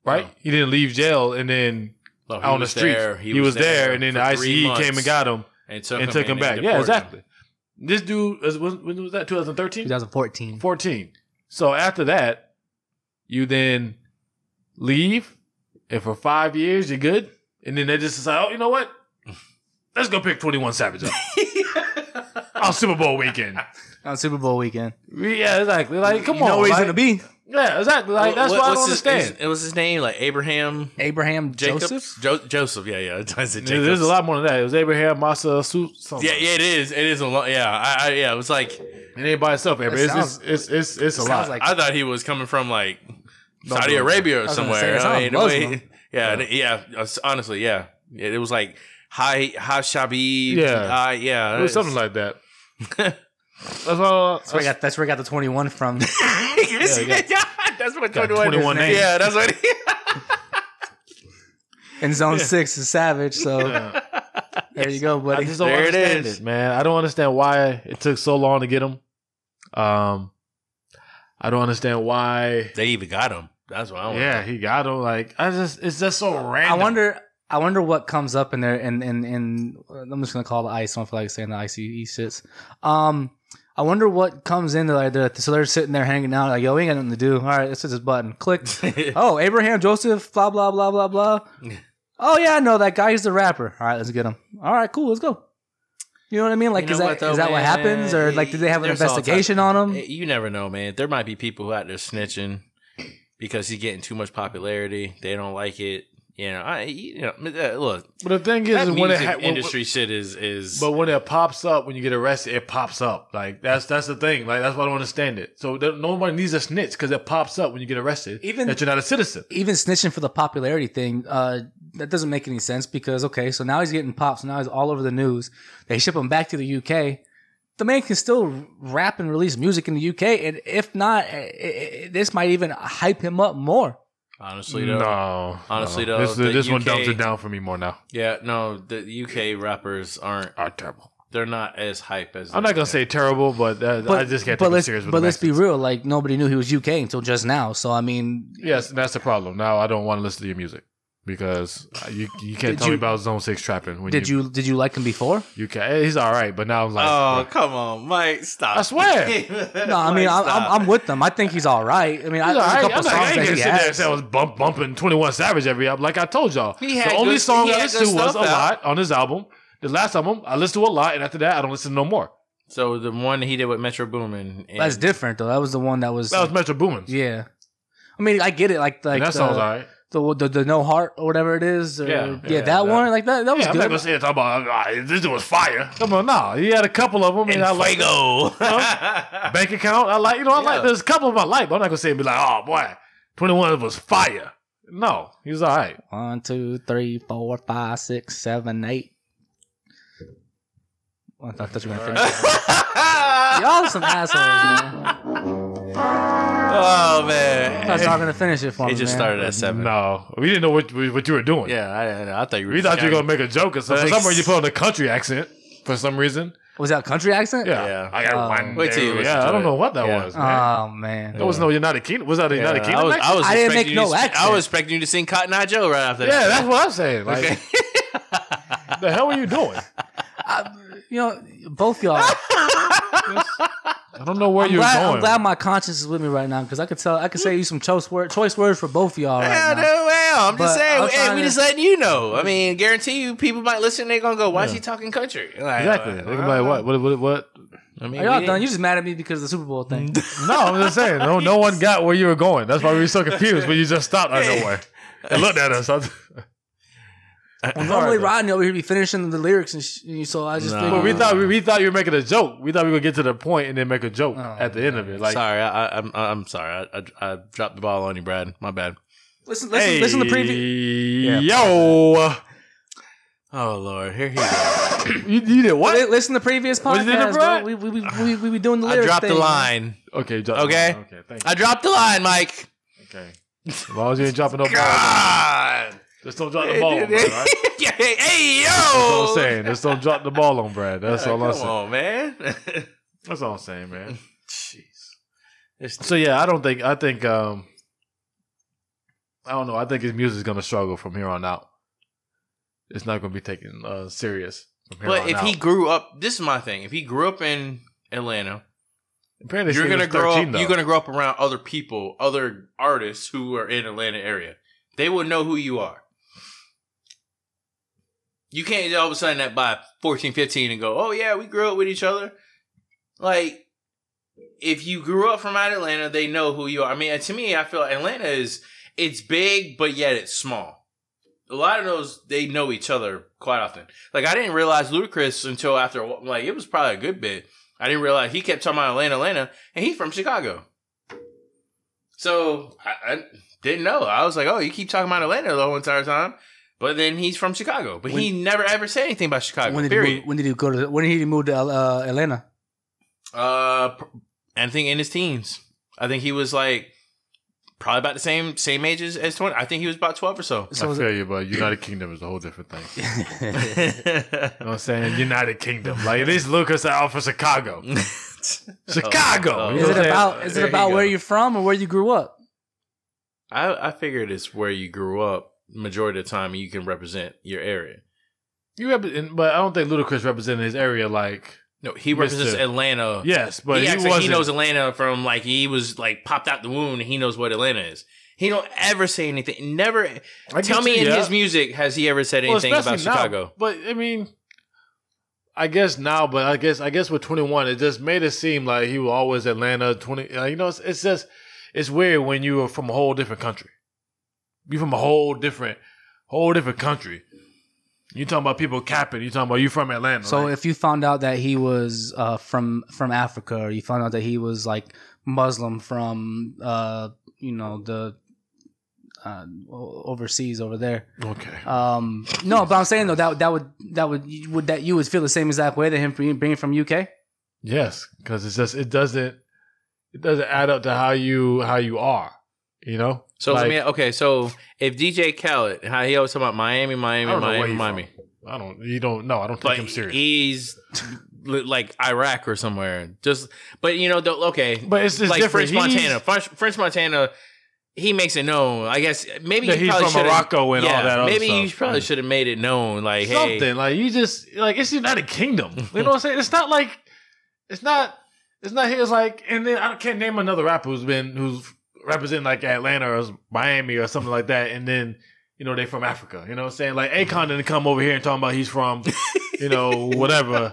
S1: Right?
S4: No.
S1: He didn't leave jail, and then
S4: Well, he
S1: out on the
S4: was
S1: streets,
S4: there-
S1: he, was there, and then the
S4: for
S1: ICE
S4: three
S1: came
S4: months
S1: and got him
S4: and took
S1: and took him
S4: they
S1: back.
S4: deported
S1: Yeah,
S4: him.
S1: exactly. This dude was when, when was that? 2013,
S2: 2014.
S1: 14. So after that, you then leave, and for five years you're good, and then they just decide, oh, you know what? Let's go pick 21 Savage up on Super Bowl weekend.
S2: On Super Bowl weekend,
S1: Yeah, exactly. Like, come
S2: you
S1: on,
S2: know where he's
S1: like-
S2: gonna be.
S1: Yeah, exactly. Like, that's what, I
S4: what's
S1: don't
S4: his-
S1: understand.
S4: His, it was his name like Abraham
S2: Abraham
S4: Jacobs?
S2: Joseph.
S4: Jo- Joseph, yeah, yeah. I said
S1: Yeah, There's
S4: Jacobs.
S1: a lot more than that. It was Abraham Massa Su- something.
S4: Yeah, yeah, it is. It is a lot. Yeah, I, I, yeah. It was like
S1: It ain't by itself, Abraham.
S2: That
S1: It's, it's,
S2: sounds-
S1: it's, it's, it's a
S2: sounds
S1: lot.
S2: like-
S4: I thought he was coming from like
S1: No,
S4: Saudi
S1: no, no.
S4: Arabia
S2: I
S4: or
S2: was gonna say,
S4: somewhere.
S2: it sounds
S4: I mean, the way-
S2: Muslim.
S4: yeah, th- yeah. us- Honestly, yeah. It, it was like hi, hi, Shabib.
S1: Yeah.
S4: uh, yeah.
S1: It was something like that. That's all.
S2: That's where, I got, that's where I got the 21 from.
S4: It's-
S1: Yeah,
S4: yeah, that's what
S1: Got
S4: 21,
S1: 21
S4: is.
S1: names.
S4: Yeah, that's what.
S2: in zone six is Savage. So there you go,
S1: I
S2: buddy.
S1: just don't
S4: There it
S1: understand it,
S4: is.
S1: man. I don't understand why it took so long to get him. Um, I don't understand why.
S4: they even got him. That's what I want.
S1: Yeah, he got him. Like I just, it's just so
S2: I
S1: random.
S2: wonder. I wonder what comes up in there. And and and I'm just gonna call the ice. I don't feel like saying the ice. He sits. Um, I wonder what comes in there. Like they're, so they're sitting there hanging out. Like yo, we ain't got nothing to do. All right, let's hit this button. Click.
S1: Um,
S2: oh, Abraham Joseph. Blah blah blah blah blah. oh yeah, I know that guy. He's the rapper. All right, let's get him. All right, cool. Let's go. You know what I mean? Like,
S4: You
S2: is
S4: know
S2: that
S4: what,
S2: is
S4: though,
S2: that what
S4: man?
S2: happens, or like, did they have an
S4: There's all
S2: investigation on him?
S4: You never know, man. There might be people out there snitching because he's getting too much popularity. They don't like it. You know, I you know uh, look.
S1: But the thing is,
S4: That
S1: is when it
S4: music
S1: ha- when-
S4: industry shit is is
S1: but when it pops up, when you get arrested, it pops up. Like that's that's the thing. Like that's why I don't understand it. So there, nobody needs a snitch because it pops up when you get arrested.
S2: Even-
S1: that you're not a citizen.
S2: even snitching for the popularity thing, uh, that doesn't make any sense because okay, so now he's getting pops, now he's all over the news. They ship him back to the UK. The man can still rap and release music in the UK, and if not, eh, eh, eh, this might even hype him up more.
S4: honestly though.
S1: No,
S4: Honestly,
S1: no.
S4: though,
S1: this,
S4: the
S1: this one
S4: UK
S1: dumps it down for me more now.
S4: Yeah, no, the UK rappers aren't.
S1: Are terrible.
S4: They're not as hype as.
S1: I'm not gonna say terrible, but, uh, I just can't take it
S2: let's,
S1: serious. With
S2: But
S1: the
S2: let's be
S1: Mexicans.
S2: real, like nobody knew he was UK until just now. So I mean,
S1: Yes, and that's the problem. Now I don't want to listen to your music because uh, you you can't
S2: Did
S1: tell
S2: you-
S1: me about Zone Six trapping. When
S2: did you, did you like him before?
S1: You can. He's all right, but now I'm like,
S4: Oh come on, Mike! Stop!
S1: I swear.
S2: No, I mean I'm, I'm, I'm with them. I think he's all right. I mean, I,
S1: He's all
S2: there's
S1: right.
S2: a
S1: I'm
S2: couple
S1: like, I
S2: songs
S1: ain't
S2: that
S1: gonna
S2: he
S1: sit there and
S2: has.
S1: say I was bump bumping 21 Savage every album. Like I told y'all,
S4: He had
S1: the only
S4: good-
S1: song
S4: he
S1: I
S4: had
S1: listened to
S4: good
S1: was a
S4: stuff out.
S1: lot on his album. The last album I listened to a lot, and after that I don't listen no more.
S4: So the one he did with Metro Boomin. and-
S2: That's different though. That was the one that was.
S1: That was Metro Boomin.
S2: yeah. I mean, I get it. Like, like uh,
S1: and that
S2: the-
S1: sounds all right.
S2: the, the the no heart or whatever it is. Or,
S1: Yeah,
S2: yeah,
S1: yeah,
S2: that,
S1: that-
S2: one like that. That was
S1: Yeah, I'm not
S2: good.
S1: gonna say it's about ah, this dude was fire. Come on, nah, he had a couple of them, and,
S4: and
S1: I like
S4: Fuego.
S1: bank account. I like, you know, I like.
S4: Yeah.
S1: There's a couple of my like, but I'm not gonna say and be like, oh boy, 21 was fire. No, he was all right.
S2: One, two, three, four, five, six, seven, eight. Well, I thought you were gonna finish. Y'all some assholes, man.
S4: Oh man,
S2: I was talking to finish it for me.
S4: it just
S2: man.
S4: started at seven.
S1: No, we didn't know what what you were doing.
S4: Yeah, I, I thought you were.
S1: we
S4: just
S1: thought you were gonna
S4: counting.
S1: make a joke or something.
S4: Like-
S1: Somewhere you put on a country accent for some reason.
S2: Was that a country accent?
S1: Yeah,
S4: Yeah.
S1: I got
S2: Oh.
S1: one.
S4: Wait till you
S1: day.
S4: listen
S1: Yeah,
S4: to
S1: I don't
S4: it.
S1: know what that
S4: Yeah.
S1: was. Man.
S2: Oh man.
S1: That was no United Kingdom. Was that a United
S4: Yeah, I
S1: Kingdom?
S4: was,
S1: accent?
S4: I was.
S2: I didn't make
S4: expecting you
S2: no
S4: to- I
S2: accent.
S4: was expecting you to sing Cotton Eye Joe right after
S1: yeah,
S4: that.
S1: that's what I'm saying. Like,
S4: Okay.
S1: the hell were you doing?
S2: I, you know, both y'all.
S1: I don't know where
S2: I'm
S1: you're
S2: glad,
S1: going.
S2: I'm glad my conscience is with me right now because I could tell I could say you some choice word, choice words for both y'all right
S4: Yeah,
S2: now.
S4: no, well, I'm just
S2: But
S4: saying.
S2: I'm
S4: hey,
S2: trying
S4: we
S2: to-
S4: just letting you know. I mean, guarantee you, people might listen. They're gonna go, "Why is
S1: Yeah.
S4: he talking country?" Like,
S1: exactly. They
S4: uh,
S1: can be like, what? What? What? What?
S4: I mean,
S2: Are y'all
S4: we
S2: done?
S4: didn't-
S2: You just mad at me because of the Super Bowl thing.
S1: No, I'm just saying. No, no one got where you were going. That's why we were so confused. But you just stopped out of nowhere and looked at us. I was-
S2: Well,
S1: Sorry,
S2: normally
S1: though.
S2: Rodney over here be finishing the lyrics and sh- and so I just
S4: No.
S2: figured-
S1: But we thought we, we thought you were making a joke. We thought we would get to the point and then make a joke
S2: Oh,
S1: at the end of it. Like,
S4: sorry, I, I, I'm I'm sorry. I, I I dropped the ball on you, Brad. My bad.
S2: listen listen listen to the preview.
S1: preview. Yo,
S4: Oh Lord, here he goes.
S1: you, you did what?
S2: Li- Listen to previous
S1: Was it in the
S2: podcast, bro.
S1: front?
S2: We we, we, we we be doing the
S4: I
S2: lyrics.
S4: dropped the
S2: thing, man.
S4: line.
S1: Okay, drop
S4: Okay.
S1: okay, thank you.
S4: I dropped the line, Mike.
S1: Okay, as long as you ain't dropping no balls,
S4: God.
S1: just don't drop the ball on Brad. Right?
S4: Yeah, hey, hey, yo.
S1: That's all I'm saying. Just don't drop the ball on Brad. That's all I'm
S4: Come
S1: saying.
S4: on, man.
S1: That's all I'm saying, man.
S4: Jeez. It's-
S1: So yeah, I don't think I think um I don't know. I think his music's gonna struggle from here on out. It's not gonna be taken uh, serious. From here
S4: but
S1: on
S4: if
S1: out.
S4: he grew up, this is my thing. If he grew up in Atlanta,
S1: apparently
S4: you're
S1: he
S4: gonna
S1: was
S4: grow
S1: 13,
S4: up.
S1: though.
S4: You're gonna grow up around other people, other artists who are in Atlanta area. They will know who you are. You can't all of a sudden that by 14, 15 and go, oh yeah, we grew up with each other. Like, if you grew up from out Atlanta, they know who you are. I mean, to me, I feel Atlanta is it's big, but yet it's small. A lot of those they know each other quite often. Like I didn't realize Ludacris until after a wh- like it was probably a good bit. I didn't realize he kept talking about Atlanta, Atlanta, and he's from Chicago. So I, I didn't know. I was like, oh, you keep talking about Atlanta the whole entire time, but then he's from Chicago. But he never ever said anything about Chicago.
S2: When did, he
S4: period.
S2: move, when did he go to? When did he move to uh, Atlanta?
S4: Uh, pr- I think in his teens. I think he was like probably about the same same age as, as twenty. I think he was about twelve or so.
S1: I
S2: So was
S1: feel you, but United Kingdom is a whole different thing. You
S2: it,
S1: know what I'm saying? United Kingdom. Like at least Lucas out for Chicago. Chicago.
S4: Oh, oh.
S1: You know
S2: is
S1: what
S2: it
S1: I'm saying?
S2: about? Is
S4: There
S2: it
S4: you
S2: about where
S4: go.
S2: you're from or where you grew up?
S4: I I figured it's where you grew up. Majority of the time, you can represent your area.
S1: You rep- and- but I don't think Ludacris represented his area like
S4: No, he represents
S1: Mister.
S4: Atlanta.
S1: yes, but
S4: he,
S1: he,
S4: acts like
S1: wasn't.
S4: he knows Atlanta from like he was like popped out the wound. and He knows what Atlanta is. He don't ever say anything. Never
S1: I
S4: tell
S1: get
S4: me
S1: you,
S4: in
S1: yeah.
S4: his music has he ever said
S1: Well,
S4: anything about
S1: especially now,
S4: Chicago.
S1: But I mean, I guess now, but I guess I guess with twenty one, it just made it seem like he was always Atlanta twenty. Like, you know, it's, it's just it's weird when you are from a whole different country. You from a whole different, whole different country. You talking about people capping? You talking about you from Atlanta?
S2: So
S1: like,
S2: if you found out that he was uh, from from Africa, or you found out that he was like Muslim from uh, you know the uh, o- overseas over there.
S1: okay,
S2: Um, no, but I'm saying though that that would that would you- would that you would feel the same exact way to him for you being from UK.
S1: yes, because it's just it doesn't it doesn't add up to how you how you are. You know,
S4: So
S1: Like,
S4: let me okay. So if DJ Khaled, how he always talking about Miami, Miami,
S1: I don't know where
S4: Miami,
S1: he
S4: Miami,
S1: I don't. You don't. No, I don't take
S4: but
S1: him serious.
S4: he's li- like Iraq or somewhere. Just but you know, the, okay,
S1: but it's just
S4: like
S1: different.
S4: French
S1: He's-
S4: Montana, French, French Montana. He makes it known. I guess maybe
S1: that
S4: he
S1: he's
S4: probably
S1: from
S4: should've-
S1: Morocco and all that. Other
S4: maybe
S1: stuff.
S4: you probably should have made it known. Like
S1: something
S4: hey,
S1: like you just like it's United Kingdom. You know what I'm saying? It's not like it's not it's not here. It's like and then I can't name another rapper who's been who's representing like Atlanta or Miami or something like that. And then you know they from Africa. You know what I'm saying? Like Akon didn't come over here and talking about he's from you know whatever.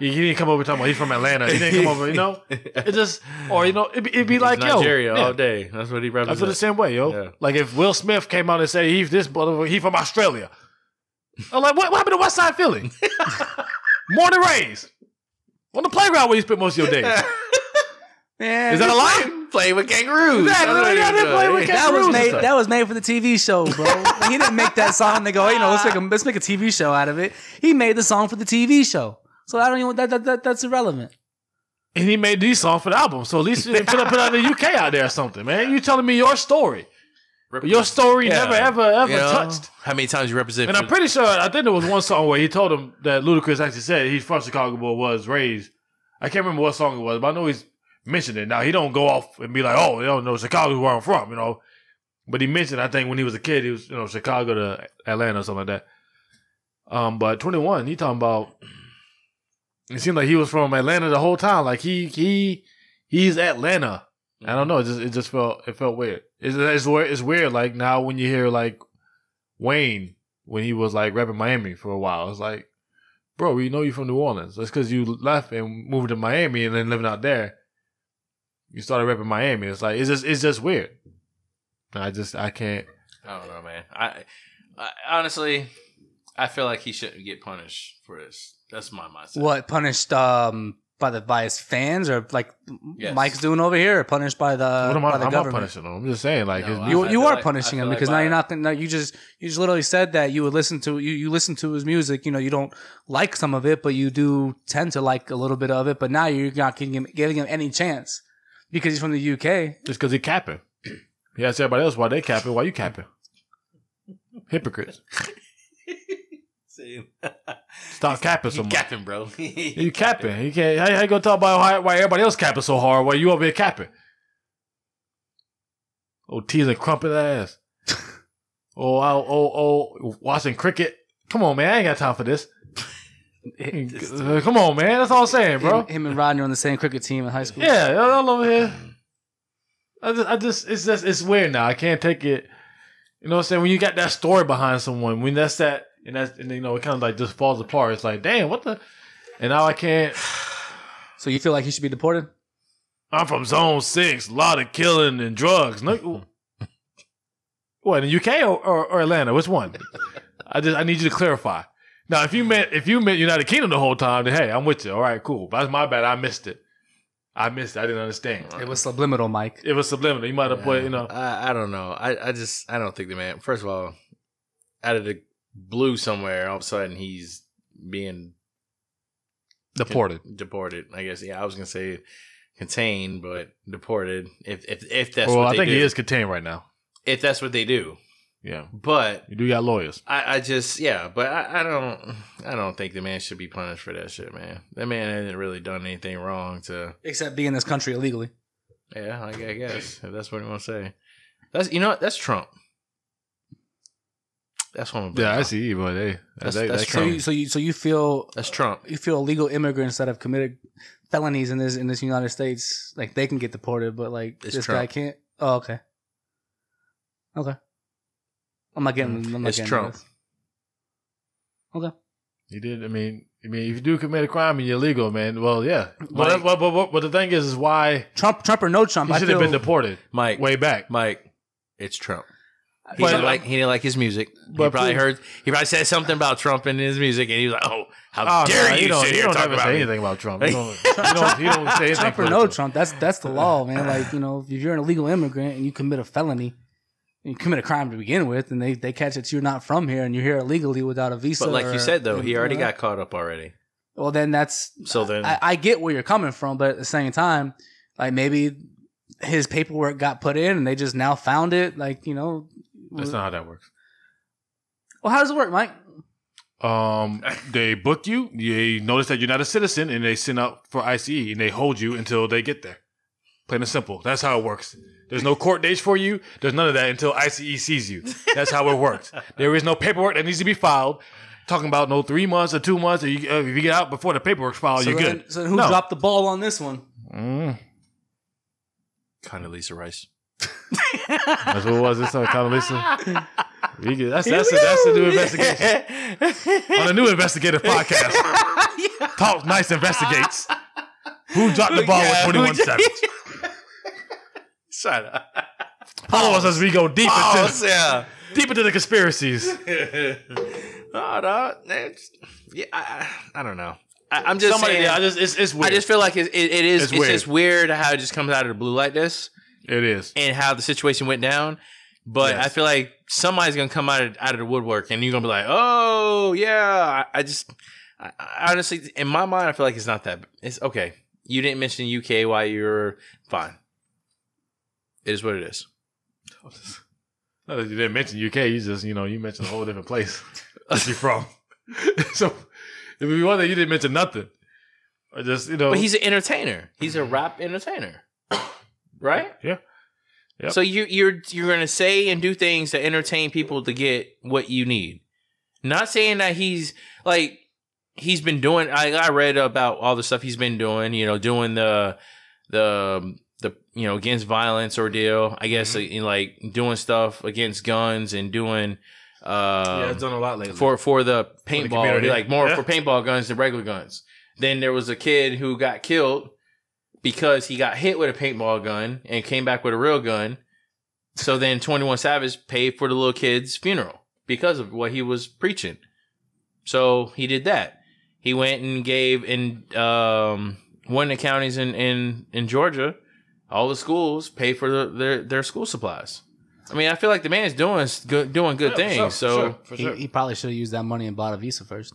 S1: He he didn't come over talking about he's from Atlanta. He didn't come over. You know it just or you know it'd be, it'd be like yo
S4: Nigeria
S1: yeah.
S4: all day. That's what he
S1: I feel the
S4: represents.
S1: same way, yo.
S4: Yeah.
S1: Like if Will Smith came out and said he's this motherfucker, he from Australia. I'm like, what, what happened to West Side Philly? Morning rays on the playground where you spent most of your days.
S2: Man,
S1: Is that a lie?
S4: Play with kangaroos.
S1: Exactly,
S4: That's what he
S1: yeah, they
S4: does.
S1: play with
S2: That was
S1: Kangaroos and
S2: made.
S1: stuff.
S2: That was made for the TV show, bro. he didn't make that song to go. You know, let's make a let's make a TV show out of it. He made the song for the TV show. So I don't even that, that, that that's irrelevant.
S1: And he made these songs for the album. So at least they put, put out in the UK out there or something, man. You telling me your story. Your story
S4: Yeah.
S1: never, ever, ever
S4: You know,
S1: touched.
S4: How many times you represent?
S1: And I'm pretty sure, I think there was one song where he told him that Ludacris actually said he's from Chicago but was raised. I can't remember what song it was, but I know he's mentioned it. Now, he don't go off and be like, oh, you don't know, Chicago's where I'm from, you know. But he mentioned, I think when he was a kid, he was, you know, Chicago to Atlanta or something like that. Um, But 21, he talking about, it seemed like he was from Atlanta the whole time. Like, he, he, he's Atlanta. I don't know. It just, it just felt, it felt weird. It's, it's weird. It's weird. Like now when you hear like Wayne, when he was like rapping Miami for a while. It's like, bro, we know you from New Orleans. That's because you left and moved to Miami and then living out there. You started rapping Miami. It's like it's just it's just weird. I just I can't.
S4: I don't know, man. I, I honestly, I feel like he shouldn't get punished for this. That's my mindset.
S2: What punished um by the by his fans or like
S4: Yes.
S2: Mike's doing over here, or punished by the
S1: what am I?
S2: Uh, by
S1: I'm
S2: the
S1: not
S2: government?
S1: punishing him. I'm just saying like
S4: No,
S1: his
S4: I-
S1: music.
S2: You, you
S4: feel
S2: are
S4: like-
S2: punishing
S4: I
S2: him
S4: feel like
S2: because now you're
S4: my-
S2: not. No, you just you just literally said that you would listen to you you listen to his music. You know you don't like some of it, but you do tend to like a little bit of it. But now you're not giving him, giving him any chance because he's from the UK.
S1: Just because he capping. He asked everybody else why they capping. Why you capping? Hypocrites.
S4: See,
S1: Stop capping so
S4: he
S1: much.
S4: capping, bro.
S1: You capping. You can't. How, how you gonna talk about why, why everybody else capping so hard while you over here capping? Oh, teasing crumpet ass. oh, oh, oh, oh, watching cricket. Come on, man. I ain't got time for this. Uh, Come on, man. That's all I'm saying, bro.
S2: Him, him and Rodney on the same cricket team in high school.
S1: Yeah, y'all all over here. I just, I just, it's just, it's weird now. I can't take it. You know what I'm saying? When you got that story behind someone, when that's that, and that's, and you know, it kind of like just falls apart. It's like, damn, what the? And now I can't.
S2: So you feel like he should be deported?
S1: I'm from Zone Six. Lot of killing and drugs. No, what in the UK or, or, or Atlanta? Which one? I just I need you to clarify. Now, if you meant if you meant United Kingdom the whole time, then hey, I'm with you. All right, cool. That's my bad. I missed it. I missed. it. I didn't understand.
S2: It was subliminal, Mike.
S1: It was subliminal. You might have put, you know.
S4: I, I don't know. I, I just I don't think the man. First of all, out of the blue somewhere, all of a sudden he's being
S1: Deported.
S4: deported. I guess yeah. I was gonna say contained, but deported. If if if that's
S1: Well,
S4: what
S1: I
S4: they
S1: think
S4: do,
S1: he is contained right now.
S4: if that's what they do,
S1: Yeah,
S4: but
S1: you do got lawyers.
S4: I, I just yeah, but I, I don't I don't think the man should be punished for that shit, man. That man hasn't really done anything wrong to
S2: Except be in this country illegally.
S4: yeah, I, gu- I guess if that's what you want to say. That's you know what? that's Trump. That's what I'm gonna
S1: Yeah, I
S4: blame.
S1: see. But hey,
S4: That's-
S1: that-
S4: that's
S1: that
S2: So
S1: can't-
S2: you, so you so you feel
S4: That's Trump.
S2: you feel illegal immigrants that have committed felonies in this in this United States, like they can get deported, but like
S4: It's
S2: this
S4: Trump.
S2: guy can't. Oh, okay. Okay. I'm not getting. I'm not
S4: It's
S2: getting
S4: Trump.
S2: this.
S1: You did. I mean, I mean, if you do commit a crime and you're legal, man. Well, yeah. Well,
S4: Like-
S1: that's- but, but, but, but the thing is, is why
S2: Trump, Trump or no Trump.
S1: he
S2: I
S1: should have been
S2: feel-
S1: deported
S4: Mike
S1: way back.
S4: Mike, it's Trump. He
S1: But-
S4: didn't like he didn't like his music. he
S1: but
S4: probably
S1: please-
S4: heard he probably said something about Trump in his music and he was like, Oh, how
S1: Oh,
S4: dare
S1: no,
S4: you,
S1: don't,
S4: sit here
S1: don't
S4: talking
S1: ever
S4: about
S1: say
S4: me.
S1: anything about Trump. You don't, you don't, you don't say anything.
S2: Trump or no
S1: political.
S2: Trump. That's that's the law, man. Like you know, if you're an illegal immigrant and you commit a felony, and you commit a crime to begin with, and they they catch that you're not from here and you're here illegally without a visa.
S4: But like
S2: or-
S4: you said though, he
S2: you
S4: already
S2: know,
S4: got caught up already.
S2: Well, then that's
S4: So then
S2: I, I get where you're coming from, but at the same time, like maybe his paperwork got put in and they just now found it. Like you know,
S1: That's not how that works.
S2: well, how does it work, Mike?
S1: Um, they book you. They notice that you're not a citizen, and they send out for ICE, and they hold you until they get there. Plain and simple. That's how it works. There's no court dates for you. There's none of that until ICE sees you. That's how it works. There is no paperwork that needs to be filed. Talking about no three months or two months. Or you, uh, if you get out before the paperwork's filed,
S2: so
S1: Oh, you're
S2: then,
S1: good.
S2: So then who
S1: No.
S2: dropped the ball on this one?
S1: Mm.
S4: Condoleezza Rice.
S1: That's what it was. This time, Condoleezza. We get- That's that's the- that's the new investigation. on a new investigative podcast. Talk Nice investigates. Who dropped the ball
S4: Yeah,
S1: with
S4: who
S1: 21
S4: did-
S1: Savage?
S4: Shut up.
S1: Follow us as we go deep
S4: Pause,
S1: into
S4: Oh, yeah.
S1: deep into the conspiracies.
S4: no, no, it's- yeah, I, I I don't know. I, I'm just
S1: Somebody,
S4: saying,
S1: yeah, I
S4: I, just,
S1: just it's, it's weird.
S4: feel like it, it, it is
S1: It's
S4: it's,
S1: weird.
S4: just weird how it just comes out of the blue like this
S1: it is.
S4: and how the situation went down. But
S1: Yes.
S4: I feel like somebody's gonna come out of, out of the woodwork and you're gonna be like, oh yeah. I, I just I, I honestly, in my mind, I feel like it's not that. It's okay. You didn't mention UK while you were fine. It is what it is.
S1: Not that you didn't mention UK, you just, you know, you mentioned a whole different place that you're from. so it would be one that you didn't mention nothing. Or just, you know.
S4: But he's an entertainer. He's a rap entertainer, right?
S1: Yeah. Yep.
S4: So you you're you're gonna say and do things to entertain people to get what you need. Not saying that he's like he's been doing. I I read about all the stuff he's been doing. You know, doing the the the you know against violence ordeal. I guess
S1: Mm-hmm.
S4: uh, like doing stuff against guns and doing. Uh,
S1: yeah, it's done a lot lately.
S4: for for the paintball,
S1: community.
S4: like more
S1: Yeah.
S4: for paintball guns than regular guns. Then there was a kid who got killed because he got hit with a paintball gun and came back with a real gun. So then Twenty One Savage paid for the little kid's funeral because of what he was preaching. So he did that. He went and gave in um, one of the counties in in in Georgia. All the schools pay for the, their their school supplies. I mean, I feel like the man is doing s- good, doing good
S1: Yeah, for
S4: things.
S1: sure, for sure, for
S4: so
S2: He,
S1: sure.
S2: he probably should have used that money and bought a visa first.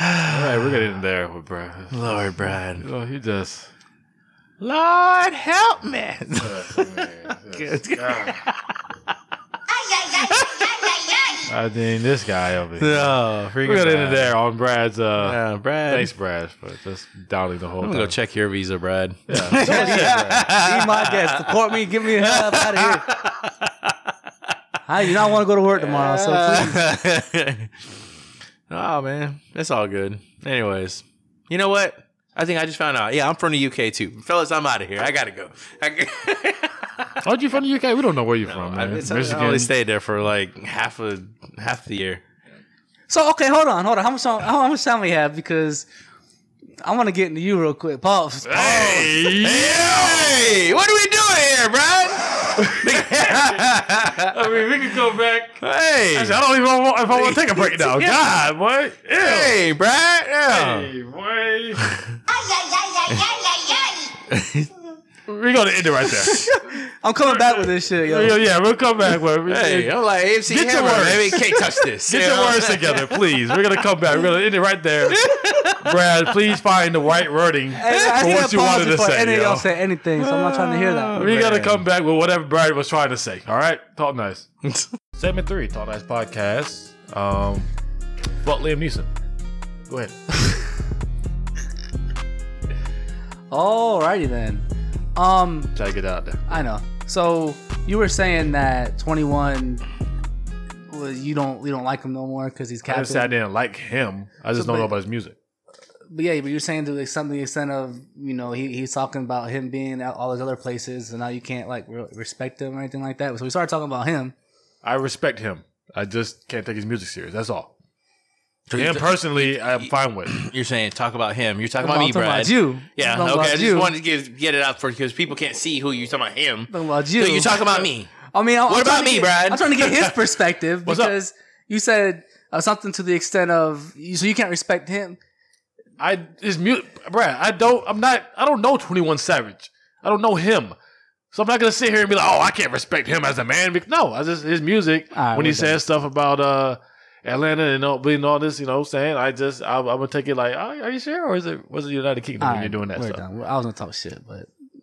S1: All right, we're getting there with Brad.
S4: Lord, Brad.
S1: Oh, he just.
S4: Lord, help me.
S1: Good God. I mean, this guy over here.
S4: No,
S1: We're
S4: freaking
S1: gonna
S4: Brad.
S1: end it there on Brad's. Uh,
S4: Yeah, Brad.
S1: Thanks, Brad, for just downing the whole
S4: I'm
S1: thing.
S4: gonna go check your visa, Brad.
S2: Be my guest. Support me. Give me the hell out of here. I do not want to go to work tomorrow, so please.
S4: oh man, that's all good. Anyways, you know what? I think I just found out. Yeah, I'm from the UK too, fellas. I'm out of here. I gotta go. I,
S1: Aren't Oh, you from the UK? We don't know where you're from,
S4: I,
S1: man.
S4: I only stayed there for like half a half the year.
S2: So okay, hold on, hold on. How much time, how much time we have? Because I want to get into you real quick. Pause.
S4: Hey, what are we doing here, Brad?
S1: I mean, we could go back. Oh, I
S4: hey,
S1: don't even know if I want to take a break now. God, what? Ew.
S4: hey, Brad. Yeah.
S1: Hey, boy. We're gonna end it right there.
S2: I'm coming back with this shit,
S1: yeah,
S2: yo.
S1: yeah, we'll come back. Where we,
S4: Hey, I'm like AFC
S1: Get your
S4: Hammer.
S1: words.
S4: Maybe can't touch this.
S1: Get
S4: You
S1: your
S4: know?
S1: words together, please. We're gonna come back. We're gonna end it right there, Brad. Please find the right wording
S2: Hey,
S1: for
S2: need
S1: what you
S2: to pause
S1: wanted to
S2: before
S1: say.
S2: Any of
S1: yo.
S2: y'all say anything, so I'm not trying to hear that.
S1: We gotta
S4: Man.
S1: come back with whatever Brad was trying to say. All right, talk nice. Segment three, talk nice podcast. Um, fuck Liam Neeson. Go ahead. Uh.
S2: Alrighty then. Um.
S1: Try to get out there.
S2: I know. So you were saying that 21 was you don't you don't like him no more because he's
S1: I didn't say I
S2: captain.
S1: didn't like him. I just
S2: So,
S1: don't know
S2: but-
S1: about his music.
S2: But yeah, but you're saying to like some to the extent of you know he, he's talking about him being at all these other places and now you can't like re- respect him or anything like that. So we started talking about him.
S1: I respect him. I just can't take his music serious. That's all.
S4: So
S1: him
S4: you're,
S1: personally, I'm fine with.
S4: you're saying talk about him. You're talking
S2: Well,
S4: about
S2: I'm
S4: me,
S2: talking
S4: Brad.
S2: about you.
S4: Yeah.
S2: I'm talking
S4: okay.
S2: about
S4: I just
S2: you.
S4: wanted to get get it out for because people can't see who you're talking about him.
S2: I'm talking about you.
S4: So you're talking about me.
S2: I mean, I'm,
S4: What
S2: I'm trying
S4: about
S2: to
S4: me,
S2: get-
S4: Brad?
S2: I'm trying to get his perspective
S1: What's up?
S2: because you said uh, something to the extent of you- so you can't respect him.
S1: I his music, Brad. I don't. I'm not. I don't know Twenty One Savage. I don't know him. So I'm not gonna sit here and be like, oh, I can't respect him as a man. Bec- No, I just his music
S2: All right,
S1: when he
S2: we're done.
S1: says stuff about uh Atlanta and all, being all this, you know, what I'm saying I just I, I'm gonna take it like, "Oh, are, are you sure, or is it was it United Kingdom
S2: All
S1: when
S2: right,
S1: you're doing that
S2: we're
S1: stuff?
S2: done. I was gonna talk shit, but
S4: You,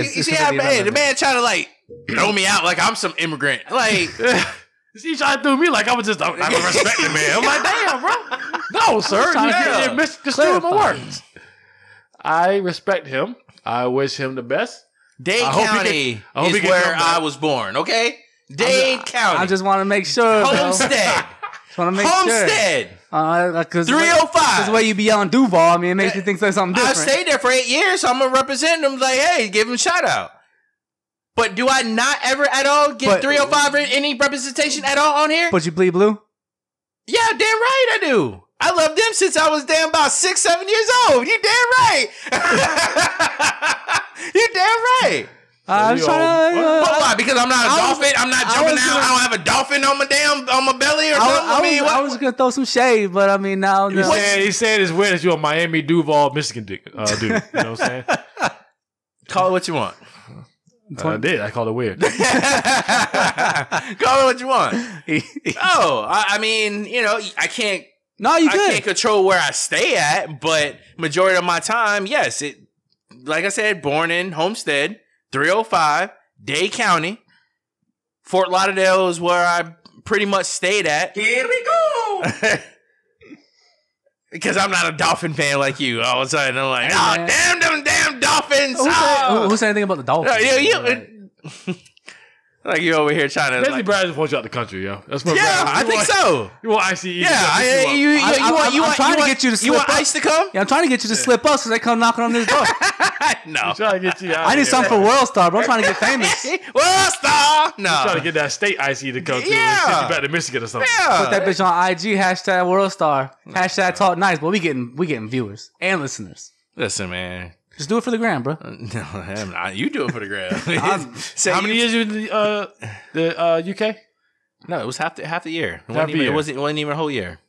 S2: It's-
S4: you
S2: it's
S4: see how
S2: completely
S4: bad the
S2: irrelevant.
S4: man trying to like throw me out like I'm some immigrant. Like
S1: He tried to do me like I was just I'm not gonna respect the man. I'm like, damn, bro. No, sir. You
S2: trying to
S1: can't
S4: clarify.
S1: mis- construe my
S2: Clarify.
S1: words. I respect him. I wish him the best.
S4: Dade
S1: I hope he
S4: County
S1: can- I hope he
S4: is
S1: can
S4: where
S1: come back.
S4: I was born. Okay, Dade County.
S2: I just want to make sure. bro.
S4: Homestead.
S2: Just want to make sure.
S4: Homestead.
S2: Uh, cause the way-
S4: 305.
S2: Cause the way you be on Duval, I mean, it makes you think there's something
S4: I
S2: different.
S4: stayed there for eight years, so I'm gonna represent them. Like, hey, give them a shout out. But do I not ever at all get
S2: But-
S4: 305 or any representation at all on here?
S2: but you bleed
S1: oh
S2: blue.
S4: yeah, damn right I do. I love them since I was damn about six, seven years old. You damn right. you damn right.
S2: I'm
S1: you
S2: trying to.
S1: all-
S4: But
S2: uh,
S4: why? Because I'm not a
S2: I was-
S4: dolphin. I'm not
S2: I
S4: jumping
S2: was
S4: out.
S2: gonna-
S4: I don't have a dolphin on my damn on my belly or
S2: I,
S4: something. I,
S2: I,
S4: mean,
S2: was, I
S4: what-
S2: was gonna throw some shade, but I mean now.
S1: He
S2: no.
S1: said, he said it's weird that you're a Miami Duval Michigan dick, uh, dude. You know what I'm saying? Uh,
S4: call it what you want.
S1: I did. I called it weird.
S4: call it what you want. Oh, I, I mean, you know, I can't
S2: No, you
S4: I
S2: could.
S4: can't control where I stay at, but majority of my time, yes, it like I said, born in Homestead, 305, Day County. Fort Lauderdale is where I pretty much stayed at.
S5: Here we go.
S4: Because I'm not a dolphin fan like you. All of a sudden I'm like,
S2: Hey,
S4: oh
S2: man.
S4: damn them damn dolphins.
S2: Who said,
S4: oh."
S2: who, who said anything about the Dolphins?
S4: Uh, yeah, you- like you over here trying to
S1: Nancy
S4: like,
S1: Brad just wants you out the country, yo. That's what
S4: Yeah, I think so.
S1: You want ICE?
S4: Yeah, I, E you, you,
S2: I-
S4: you
S2: I-
S4: want, you
S2: I'm
S4: want,
S2: trying
S4: you
S2: to
S4: want,
S2: get you to
S4: you want
S2: slip up.
S4: ice to come?
S2: Yeah, I'm trying to get you to slip up so they come knocking on this door.
S4: no.
S1: trying to get you out.
S2: I need
S1: here.
S2: something for World Star, bro. I'm trying to get famous.
S4: well, star. No.
S1: Trying to get that state ICE to come to and
S4: Yeah.
S1: send you back to Michigan or something.
S4: yeah.
S2: Put that bitch on IG, hashtag World Star, hashtag Talk Nice. But we getting we getting viewers and listeners.
S4: Listen, man.
S2: Just do it for the gram, bro.
S4: No, I'm not. You do it for the grab.
S2: I'm-
S4: Say
S1: How
S4: you-
S1: many years you in the, uh, the uh, UK?
S4: No, it was half the half the year. It,
S1: Half
S4: wasn't
S1: the
S4: even,
S1: year.
S4: it wasn't. It wasn't even a whole year.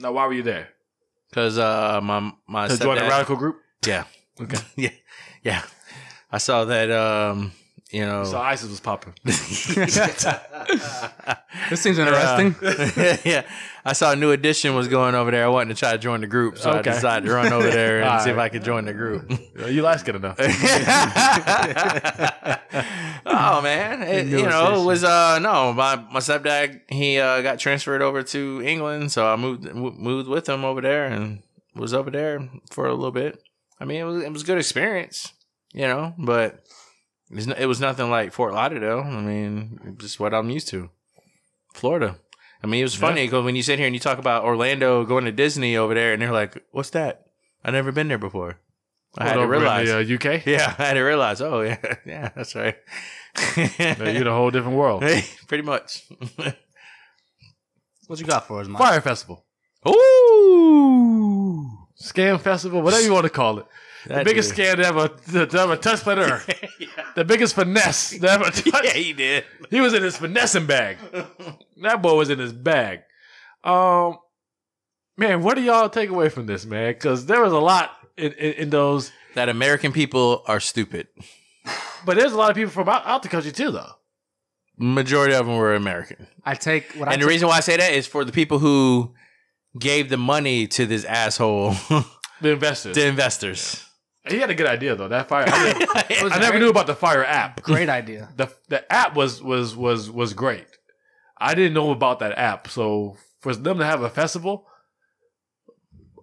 S1: Now, why were you there?
S4: Cause uh, my my
S1: To join the
S4: stepdad-
S1: radical group?
S4: Yeah,
S1: Okay.
S4: yeah. I saw that. Um, you know.
S1: So ISIS was popping.
S2: This seems interesting.
S4: yeah, I saw a new edition was going over there. I wanted to try to join the group, so
S1: Okay.
S4: I decided to run over there and
S1: All
S4: see if
S1: right.
S4: I could join the group.
S1: You last good enough.
S4: oh man, It-
S2: New
S4: you know,
S2: edition.
S4: it was uh no, my my stepdad he uh, got transferred over to England, so I moved w- moved with him over there and was over there for a little bit. I mean, it was it was a good experience, you know, but it was, no- it was nothing like Fort Lauderdale. I mean, just what I'm used to, Florida. I mean, it was
S1: Yeah.
S4: funny because when you sit here and you talk about Orlando going to Disney over there, and they're like, "What's that? I've never been there before." I had to
S1: Over in
S4: realize.
S1: the, uh, UK.
S4: Yeah, I had to realize. Oh, yeah, yeah, that's right.
S1: Yeah, You're in a whole different world.
S4: Pretty much.
S2: What you got for us, Mike?
S1: Fire Festival.
S4: Ooh,
S1: Scam Festival, whatever you want to call it. The biggest scam to ever, to, to ever touch planet Earth. The biggest finesse to ever touch.
S4: yeah, he did.
S1: He was in his finessing bag. That boy was in his bag. Um, man, what do y'all take away from this, man? Because there was a lot in, in, in those,
S4: That American people are stupid.
S1: but there's a lot of people from out, out the country too, though.
S4: Majority of them were American,
S2: I take what I
S4: and the
S2: take-
S4: reason why I say that is for the people who gave the money to this asshole,
S1: The investors.
S4: the investors.
S1: He had a good idea though. That fire. I, didn't-
S2: it was
S1: I never
S2: great-
S1: knew about the fire app.
S2: Great idea.
S1: The the app was was was was great. I didn't know about that app. So for them to have a festival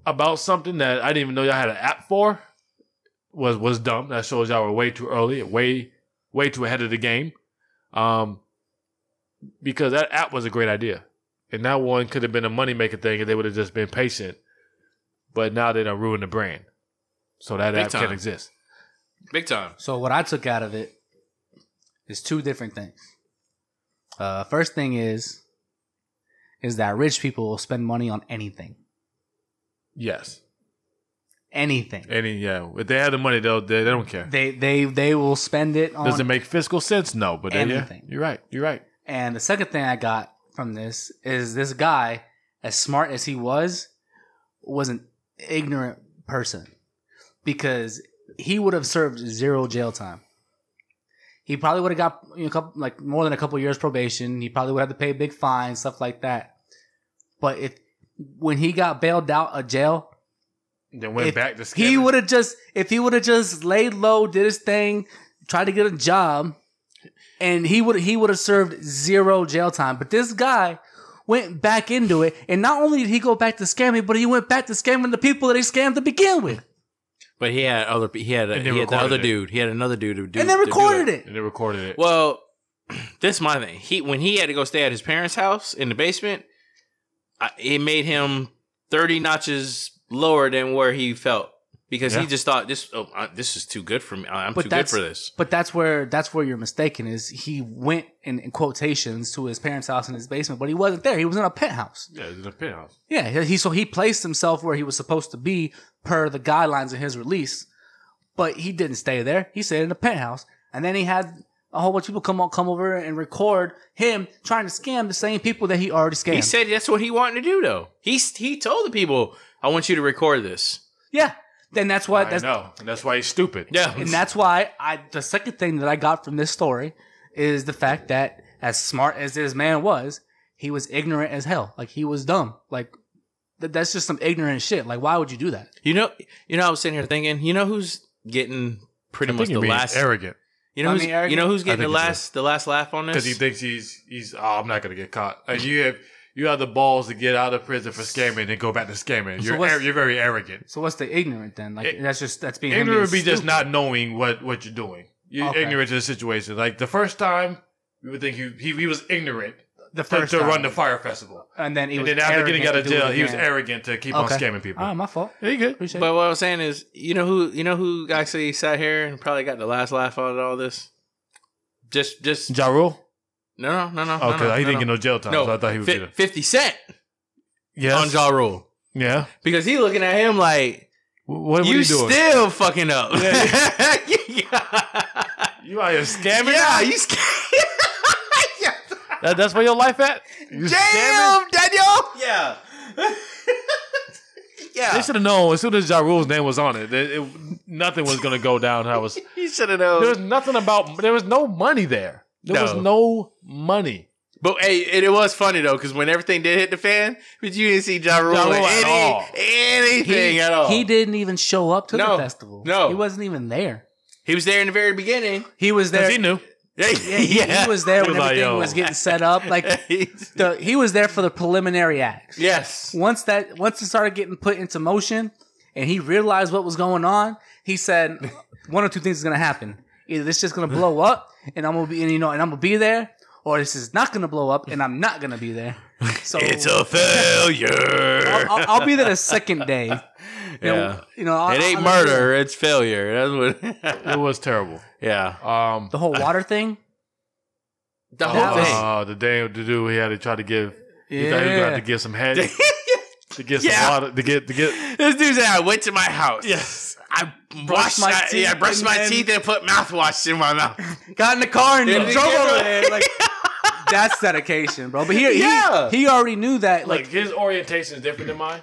S1: about something that I didn't even know y'all had an app for was was dumb. That shows y'all were way too early, way way too ahead of the game. Um, because that app was a great idea, and that one could have been a money making thing if they would have just been patient. But now they don't ruin the brand, so that
S4: Big
S1: app
S4: time.
S1: can't exist.
S4: Big time.
S2: So what I took out of it is two different things. Uh, first thing is is that rich people will spend money on anything,
S1: Yes.
S2: anything.
S1: Any yeah, if they have the money, they'll they, they don't care.
S2: They they they will spend it on
S1: Does it make fiscal sense? No, but they, yeah,
S2: Anything.
S1: you're right. You're right.
S2: And the second thing I got from this is this guy, as smart as he was, was an ignorant person because he would have served zero jail time. He probably would have got you know, a couple, like more than a couple years probation. He probably would have to pay big fines, stuff like that. But if when he got bailed out of jail,
S1: Then went
S2: If
S1: back to
S2: he would have just if he would have just laid low, did his thing, tried to get a job, and he would he would have served zero jail time. But this guy went back into it, and not only did he go back to scamming, but he went back to scamming the people that he scammed to begin with,
S4: But he had other. He had. A,
S1: And they
S4: he had the
S1: recorded
S4: other
S1: it.
S4: dude. He had another dude who do.
S2: and then
S4: to do
S2: recorded it.
S1: and they recorded it.
S4: Well, this is my thing. He when he had to go stay at his parents' house in the basement, I, it made him thirty notches lower than where he felt because
S1: Yeah.
S4: he just thought this. Oh, I, this is too good for me. I- I'm
S2: But
S4: too good
S2: that's-
S4: for this.
S2: But that's where that's where you're mistaken. Is he went in, in quotations to his parents' house in his basement, but he wasn't there. He was in a penthouse.
S1: yeah, it's in a penthouse.
S2: Yeah, he so he placed himself where he was supposed to be per the guidelines of his release, but he didn't stay there. He stayed in the penthouse, and then he had a whole bunch of people come on, come over and record him trying to scam the same people that he already scammed.
S4: He said that's what he wanted to do though. He s- he told the people, "I want you to record this."
S2: yeah, then that's why
S1: I
S2: that's
S1: know, and that's why he's stupid.
S4: Yeah,
S2: and that's why I the second thing that I got from this story is the fact that as smart as this man was, he was ignorant as hell. Like he was dumb. Like Th- that's just some ignorant shit. Like, why would you do that?
S4: You know, you know, I was sitting here thinking, you know, who's getting
S1: I
S4: pretty
S1: think
S4: much the
S1: you're being
S4: last.
S1: arrogant
S4: You know,
S2: I
S4: who's,
S2: mean, arrogant.
S4: you know who's
S1: I
S4: getting the
S1: think it's a-
S4: last, the last laugh on this?
S1: because he thinks he's he's. Oh, I'm not gonna get caught. And you have you have the balls to get out of prison for scamming and go back to scamming.
S2: So
S1: You're
S2: what's-
S1: ar- you're very arrogant.
S2: So what's the ignorant then? Like,
S1: Ig-
S2: that's just that's being him
S1: Ignorant would be
S2: being
S1: just
S2: stupid.
S1: not knowing what what you're doing. You're
S2: Okay.
S1: ignorant to the situation. Like the first time, you would think he he, he was ignorant
S2: the
S1: to,
S2: first
S1: to
S2: time.
S1: run the fire festival.
S2: and then he
S1: And
S2: was
S1: then after getting
S2: arrogant
S1: out of
S2: to do it
S1: jail, he was
S2: again.
S1: arrogant to keep
S2: Okay.
S1: on scamming people.
S2: Oh, my fault.
S1: yeah, you good.
S2: Appreciate
S4: But what I was saying is, you know who, you know who actually sat here and probably got the last laugh out of all this. Just, just
S1: Ja Rule?
S4: no, no, no, no.
S1: Oh, because
S4: no,
S1: he
S4: no,
S1: didn't
S4: no.
S1: get no jail time,
S4: No,
S1: so I thought he would
S4: Fi-
S1: get it.
S4: Fifty Cent on
S1: Yes.
S4: Ja Rule
S1: yeah.
S4: because he looking at him like
S1: Wh- What,
S4: you,
S1: were you doing?
S4: still fucking up.
S1: Yeah.
S4: Yeah, yeah.
S1: you out here scamming?
S4: you scamming.
S1: That, that's where your life at? You scamming?
S4: Daniel. Yeah,
S1: They
S4: yeah.
S1: should have known as soon as Ja Rule's name was on it, it, it nothing was going to go down how it was.
S4: He should have
S1: There
S4: known.
S1: was nothing about, there was no money there. There was
S4: No.
S1: no money.
S4: But hey, it, it was funny though, because when everything did hit the fan, but you didn't see Ja Rule,
S1: Ja Rule
S4: in
S1: at
S4: any,
S1: all.
S4: anything
S2: he,
S4: at all.
S2: He didn't even show up to
S4: No.
S2: the festival.
S4: No.
S2: he wasn't even there.
S4: He was there in the very beginning.
S2: He was there.
S1: Because he knew.
S4: Yeah,
S2: he, he was there
S1: He was
S2: when
S1: like,
S2: everything
S1: "Yo."
S2: was getting set up. Like the, he was there for the preliminary act.
S4: yes.
S2: Once that once it started getting put into motion, and he realized what was going on, he said, "One or two things is gonna happen. Either this just gonna blow up, and I'm gonna be, and, you know, and I'm gonna be there, or this is not gonna blow up, and I'm not gonna be there. So
S4: a failure.
S2: I'll, I'll, I'll be there the second day. You know,
S4: yeah.
S2: you know, I'll-
S4: It ain't
S2: I'll-
S4: murder, it's failure. That's what
S1: It was terrible.
S4: Yeah.
S1: Um,
S2: The whole water thing.
S4: The
S2: whole thing.
S1: uh, the day to do, he had to try to give,
S2: Yeah.
S1: he thought he was going to have to get some head, to get some
S4: Yeah.
S1: water, to get, to get,
S4: This dude said I went to my house.
S1: yes.
S4: I
S2: Brushed
S4: washed
S2: my
S4: my teeth. I
S2: teeth
S4: brushed
S2: and
S4: my
S2: then-
S4: teeth and put mouthwash in my mouth.
S2: got in the car and
S4: Yeah.
S2: drove over there. Like that's dedication, bro. But he
S4: Yeah.
S2: he, he already knew that.
S1: like
S2: Like
S1: his orientation is different than mine.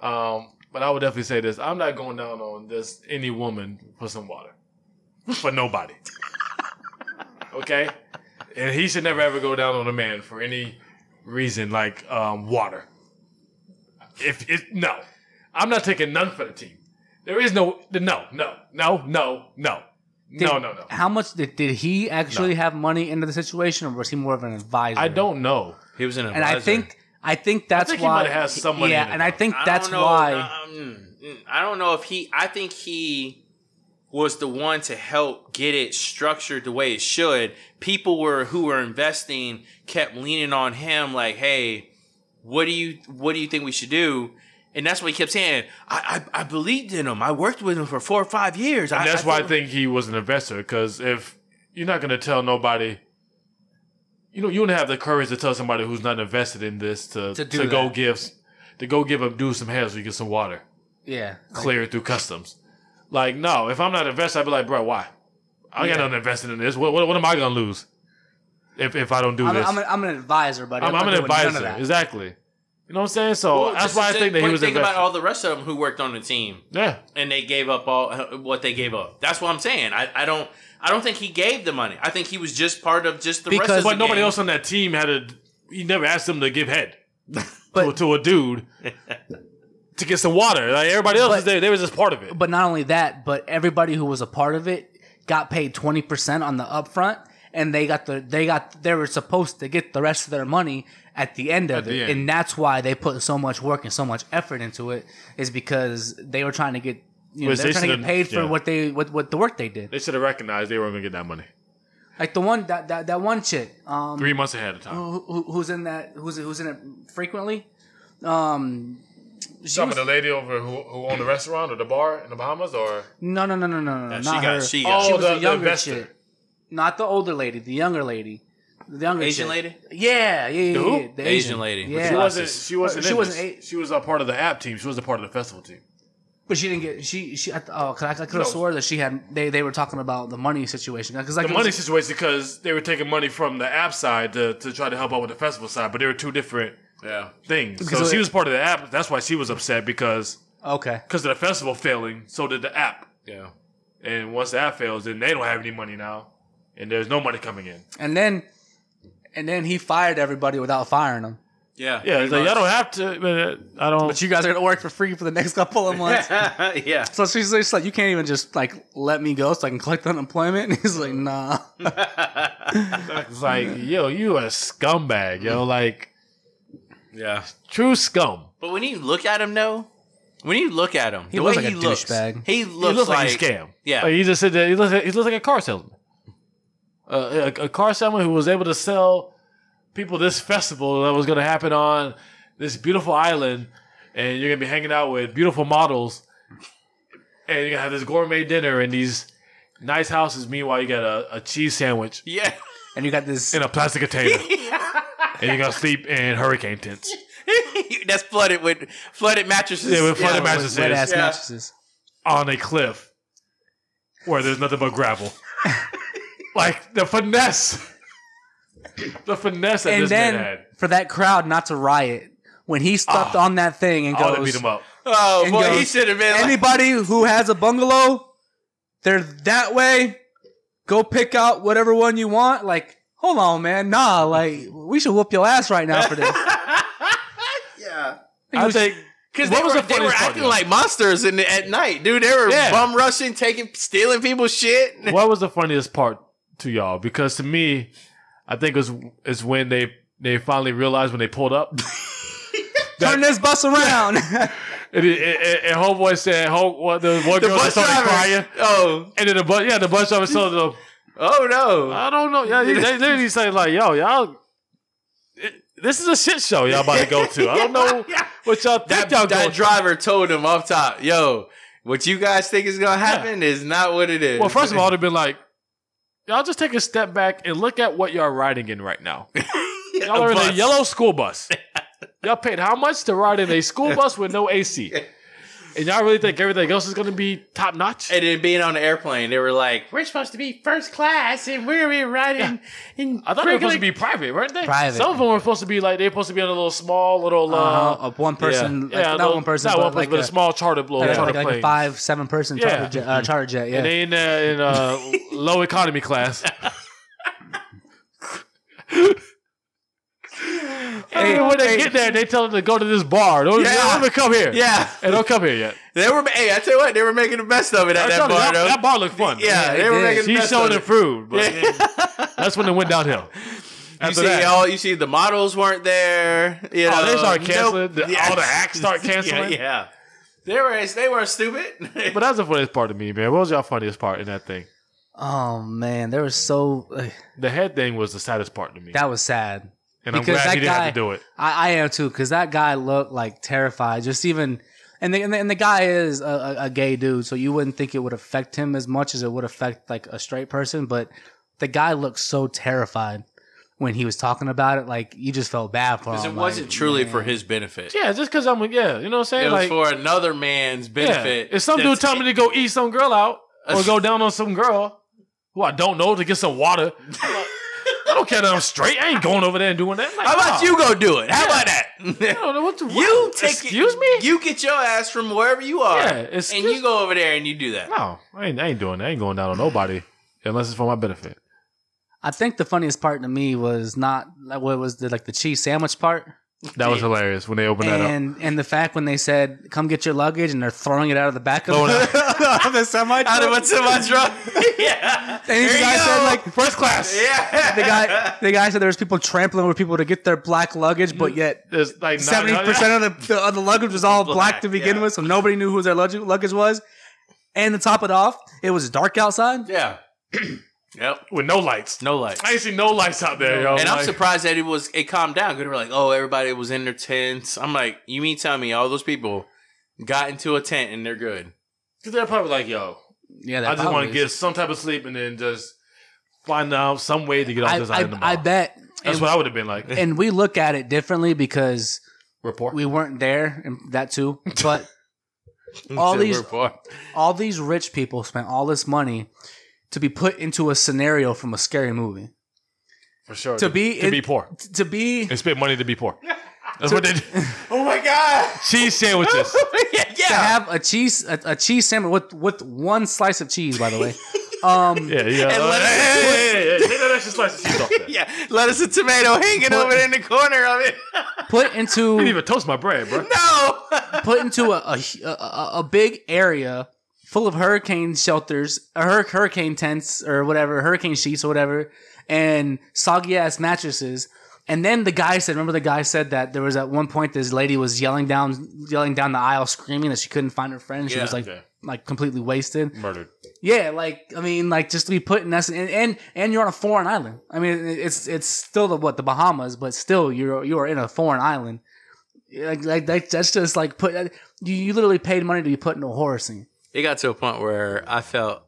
S1: Um, but I would definitely say this: I'm not going down on this any woman for some water for nobody. okay, and he should never ever go down on a man for any reason like um, water. If it no, I'm not taking none for the team. There is no no no no no no
S2: did-
S1: no no no.
S2: How much did, did he actually have money into the situation, or was he more of an advisor?
S1: I don't know.
S4: He was in
S2: And I think I think that's
S1: think he
S2: why
S1: might have had some money
S2: Yeah,
S1: in it,
S2: and I
S1: though.
S2: think
S4: I
S2: that's
S4: don't know,
S2: why.
S4: um, mm, I don't know if he. I think he was the one to help get it structured the way it should. People were who were investing kept leaning on him, like, "Hey, what do you what do you think we should do?" And that's what he kept saying. I I, I believed in him. I worked with him for four or five years.
S1: And that's why I
S4: thought-
S1: think he was an investor because if you're not going to tell nobody, you know, you don't have the courage to tell somebody who's not invested in this to to,
S2: To do
S1: go
S2: that.
S1: give to go give a dude some hair so you get some water
S2: yeah, like,
S1: clear it through customs. Like, no, if I'm not invested, I'd be like, bro, why? I ain't
S2: Yeah.
S1: got nothing invested in this. What, what, what am I gonna lose if if I don't do
S2: I'm,
S1: this?
S2: I'm, an, I'm an advisor, buddy.
S1: I'm,
S2: not
S1: I'm an
S2: doing none of
S1: advisor,
S2: that.
S1: exactly. You know what I'm saying? So
S4: Well,
S1: that's
S4: just
S1: why I
S4: to
S1: think that he
S4: point-
S1: was
S4: think
S1: invested.
S4: about all the rest of them who worked on the team.
S1: yeah,
S4: and they gave up all what they gave up. That's what I'm saying. I, I don't I don't think he gave the money. I think he was just part of just the
S2: Because-
S4: rest of
S1: but
S4: the
S1: nobody
S4: gang.
S1: else on that team had a. He never asked them to give head. to,
S2: But
S1: to a dude to get some water. Like everybody else
S2: But-
S1: is there, they were just part of it.
S2: but not only that, but everybody who was a part of it got paid twenty percent on the upfront, and they got the they got they were supposed to get the rest of their money at the end of
S1: At the
S2: it,
S1: end.
S2: and that's why they put so much work and so much effort into it is because they were trying to get you know
S1: Which
S2: they're
S1: they
S2: trying to get
S1: should've-
S2: paid for
S1: yeah.
S2: what they what what the work they did.
S1: they should have recognized they weren't gonna get that money
S2: Like the one that that, that one chick, um,
S1: three months ahead of time.
S2: who, who- who's in that who's who's in it frequently, um. She
S1: Some
S2: was,
S1: of the lady over who, who owned the restaurant or the bar in the Bahamas, or
S2: no, no, no, no, no, no.
S4: Yeah, she
S2: not
S4: got-
S2: her.
S4: she got-
S2: she was
S1: Oh, the-
S2: a
S1: the
S2: younger
S1: investor.
S2: chick. Not the older lady, the younger lady. The younger
S4: Asian
S2: chick.
S4: lady?
S2: Yeah, yeah, yeah.
S1: The who?
S2: yeah, the
S4: Asian lady.
S2: Yeah.
S1: she
S4: She
S1: wasn't.
S4: Glasses.
S1: She wasn't.
S2: She
S1: She
S2: wasn't
S1: wasn't.
S2: eight.
S1: She was a part of the app team. She was a part of the festival team.
S2: but she didn't get. She she. I, th- oh, 'cause I, I could have
S1: No.
S2: swore that she had. They they were talking about the money situation because like
S1: The
S2: it
S1: money
S2: was-
S1: situation because they were taking money from the app side to, to try to help out with the festival side, but they were two different
S4: Yeah.
S1: things. So
S2: Because
S1: she
S2: it-
S1: was part of the app. That's why she was upset because
S2: okay.
S1: because of the festival failing. So did the app.
S4: Yeah.
S1: And once that fails, then they don't have any money now, and there's no money coming in.
S2: And then and then he fired everybody without firing them.
S4: Yeah.
S1: Yeah, it's like, y'all don't have to. But uh, I don't.
S2: But you guys are gonna work for free for the next couple of months.
S4: don't. yeah.
S2: So she's just like, you can't even just like let me go so I can collect unemployment. And he's like, nah.
S1: It's like, yo, you a scumbag, yo. Like,
S4: yeah.
S1: true scum.
S4: But when you look at him, though, when you look at him,
S2: He
S4: the
S2: looks
S4: way
S2: like
S4: he
S2: a
S4: looks,
S2: douchebag.
S4: he
S1: He
S4: looks
S1: looks
S4: like,
S1: like, a scam.
S4: Yeah.
S1: Like, he just said that he looks, like, he looks like a car salesman. Uh, a, a car salesman who was able to sell people this festival that was going to happen on this beautiful island, and you're going to be hanging out with beautiful models, and you're going to have this gourmet dinner and these nice houses. Meanwhile, you got a, a cheese sandwich
S4: Yeah.
S2: And you got this.
S1: in a plastic container, and you're going to sleep in hurricane tents.
S4: That's flooded with flooded mattresses.
S1: Yeah, with flooded
S2: with
S1: mattresses.
S2: wet-ass
S4: Yeah.
S2: mattresses.
S1: on a cliff where there's nothing but gravel. like the finesse, the finesse that
S2: And
S1: this man
S2: then
S1: had. Ah.
S2: for that crowd not to riot when he stepped on that thing and
S1: I would have beat
S2: goes,
S1: him up.
S4: Oh
S2: And
S4: boy, he
S2: goes,
S4: should have been. Like,
S2: anybody who has a bungalow, they're that way. Go pick out whatever one you want. Like, hold on, man. Nah, like we should whoop your ass right now for this.
S4: yeah.
S1: I think
S4: Because
S1: What
S4: they
S1: was
S4: were,
S1: the
S4: they were
S1: funniest part,
S4: acting
S1: though?
S4: like monsters in the, at night, dude. They were
S1: Yeah.
S4: bum rushing, taking, stealing people's shit.
S1: what was the funniest part to y'all? Because to me, I think it was is when they they finally realized when they pulled up.
S2: Turn this bus around.
S1: And, it, it, it, and homeboy said, "Home, what, the one
S4: The
S1: girl that
S4: bus
S1: started
S4: driver.
S1: crying."
S4: Oh,
S1: And then the bus, yeah, the bus driver told them,
S4: oh no.
S1: "I don't know." Yeah, they, they literally say like, "Yo, y'all, it- this is a shit show y'all about to go to." I don't know
S4: Yeah.
S1: what y'all
S4: That,
S1: think y'all
S4: that
S1: going
S4: driver told him off top, yo, what you guys think is gonna happen is not what it is.
S1: Well, first of all, they've been like, y'all just take a step back and look at what y'all riding in right now. Y'all are in a
S4: bus.
S1: yellow school bus. y'all paid how much to ride in a school bus with no AC? And y'all really think everything else is going to be top notch?
S4: and then being on the airplane, they were like, "We're supposed to be first class, and we're we're riding." in
S1: I thought they were supposed to be private, weren't they?
S2: Private.
S1: Some of them were supposed to be like, they were supposed to be on a little small, little, uh,
S2: Uh, a one person, like,
S1: a
S2: not
S1: little-
S2: one person,
S1: not
S2: but
S1: one person,
S2: like
S1: but a,
S2: a-
S1: small charter, little
S2: like,
S1: charter
S2: like, like
S1: plane.
S2: a five, seven person
S1: Yeah.
S2: charter, jet, uh, charter jet.
S1: And
S2: Yeah,
S1: they in, uh, in uh, low economy class. And
S4: Hey,
S1: when they
S4: hey.
S1: get there, they tell them to go to this bar. Don't,
S4: Yeah.
S1: don't even come here.
S4: yeah.
S1: And don't come here yet.
S4: They were, hey, I tell you what, they were making the best of it at
S1: I
S4: that
S1: told you,
S4: bar, though.
S1: that, that bar looked fun.
S4: yeah,
S2: Yeah,
S4: they were
S2: it
S4: making
S2: is.
S4: the
S1: She
S4: best
S1: showed
S4: of it.
S1: improved, but
S4: Yeah.
S1: that's when it went downhill.
S4: You
S1: After
S4: see,
S1: that,
S4: all you see, the models weren't there. You know,
S1: Oh, they started canceling.
S4: Nope.
S1: The- all the acts start canceling.
S4: Yeah, yeah. they were they weren't stupid.
S1: but that's the funniest part to me, man. What was y'all funniest part in that thing?
S2: oh man, there was so ugh,
S1: The head thing was the saddest part to me,
S2: that was sad.
S1: and I'm
S2: because
S1: glad
S2: that
S1: he didn't
S2: guy-
S1: have to do it.
S2: I, I am too because that guy looked like terrified. Just even and the and the, and the guy is a, a, a gay dude, so you wouldn't think it would affect him as much as it would affect like a straight person. But the guy looked so terrified when he was talking about it. Like you just felt bad for
S4: Because
S1: oh,
S2: him.
S4: it wasn't
S2: like,
S4: truly
S2: man.
S4: for his benefit.
S1: Yeah, just because I'm, yeah, you know what I'm saying?
S4: It was
S1: like,
S4: for another man's benefit.
S1: If some dude
S4: That's-
S1: tell me to go eat some girl out or go down on some girl who I don't know to get some water, I don't care that I'm straight. I ain't going over there and doing that. Like,
S4: how about
S1: nah.
S4: you go do it? How about that?
S1: I don't know what the-
S4: you
S1: what?
S4: take
S1: Excuse
S4: it,
S1: me?
S4: You get your ass from wherever you are,
S1: Yeah,
S4: and
S1: excuse-
S4: you go over there and you do that.
S1: No, I ain't, I ain't doing that. I ain't going down on nobody unless it's for my benefit.
S2: I think the funniest part to me was not like what was the like the cheese sandwich part.
S1: That was hilarious when they opened
S4: uh,
S1: that up.
S2: and and the fact when they said come get your luggage and they're throwing it out of the back of
S1: Throwing
S2: the, of the semi
S4: Out of
S2: truck.
S4: what's in my truck? yeah,
S2: And the
S4: There you
S2: guy said
S4: go.
S2: like
S1: First class.
S4: yeah.
S2: the guy the guy said there was people trampling over people to get their black luggage, but yet
S1: There's like
S2: seventy
S1: 900
S2: percent of the, the of the luggage was all black,
S4: Black,
S2: to begin
S4: yeah.
S2: with, so nobody knew who their lug- luggage was. And to top it off, it was dark outside.
S4: yeah. yep.
S1: with no lights.
S4: No lights.
S1: I ain't seen no lights out there, yo.
S4: And I'm
S1: Like,
S4: surprised that it was it calmed down. Because they were like, oh, everybody was in their tents. I'm like, you mean tell me all those people got into a tent and they're good?
S1: They're probably like, yo,
S2: Yeah,
S1: I just want to get some type of sleep and then just find out some way to get off
S2: I,
S1: this island.
S2: I, I
S1: tomorrow.
S2: bet.
S1: That's
S2: and,
S1: what I would have been like.
S2: and we look at it differently because
S1: Report.
S2: we weren't there, and that too. But All these-
S4: We're poor.
S2: all these rich people spent all this money to be put into a scenario from a scary movie.
S1: For sure.
S2: To be
S1: to
S2: in-
S1: be poor.
S2: T- to be
S1: They spent money to be poor. That's what they did.
S4: Oh my god!
S1: Cheese sandwiches.
S4: yeah,
S2: to
S4: yeah.
S2: have a cheese a, a cheese sandwich with with one slice of cheese, by the way. Um,
S1: Yeah, yeah.
S4: And let-
S1: hey, hey, hey, hey, hey, hey, hey, hey, hey, just slice the cheese off that.
S4: yeah, lettuce and tomato hanging over there in the corner of it.
S2: Put
S1: I didn't
S2: into
S1: even toast my bread, bro.
S4: no.
S2: put into a a, hu- a a- a big area full of hurricane shelters, or hur- hurricane tents, or whatever, hurricane sheets or whatever, and soggy ass mattresses. And then the guy said, "Remember the guy said that there was at one point this lady was yelling down, yelling down the aisle, screaming that she couldn't find her friend. She
S4: Yeah.
S2: was like,
S1: Okay.
S2: like completely wasted.
S1: Murdered.
S2: Yeah, like I mean, like just to be put in that, and and, and you're on a foreign island. I mean, it- it's it's still the what the Bahamas, but still you're you are in a foreign island. Like, like that, that's just like put uh, you, you literally paid money to be put in a horror scene.
S4: It got to a point where I felt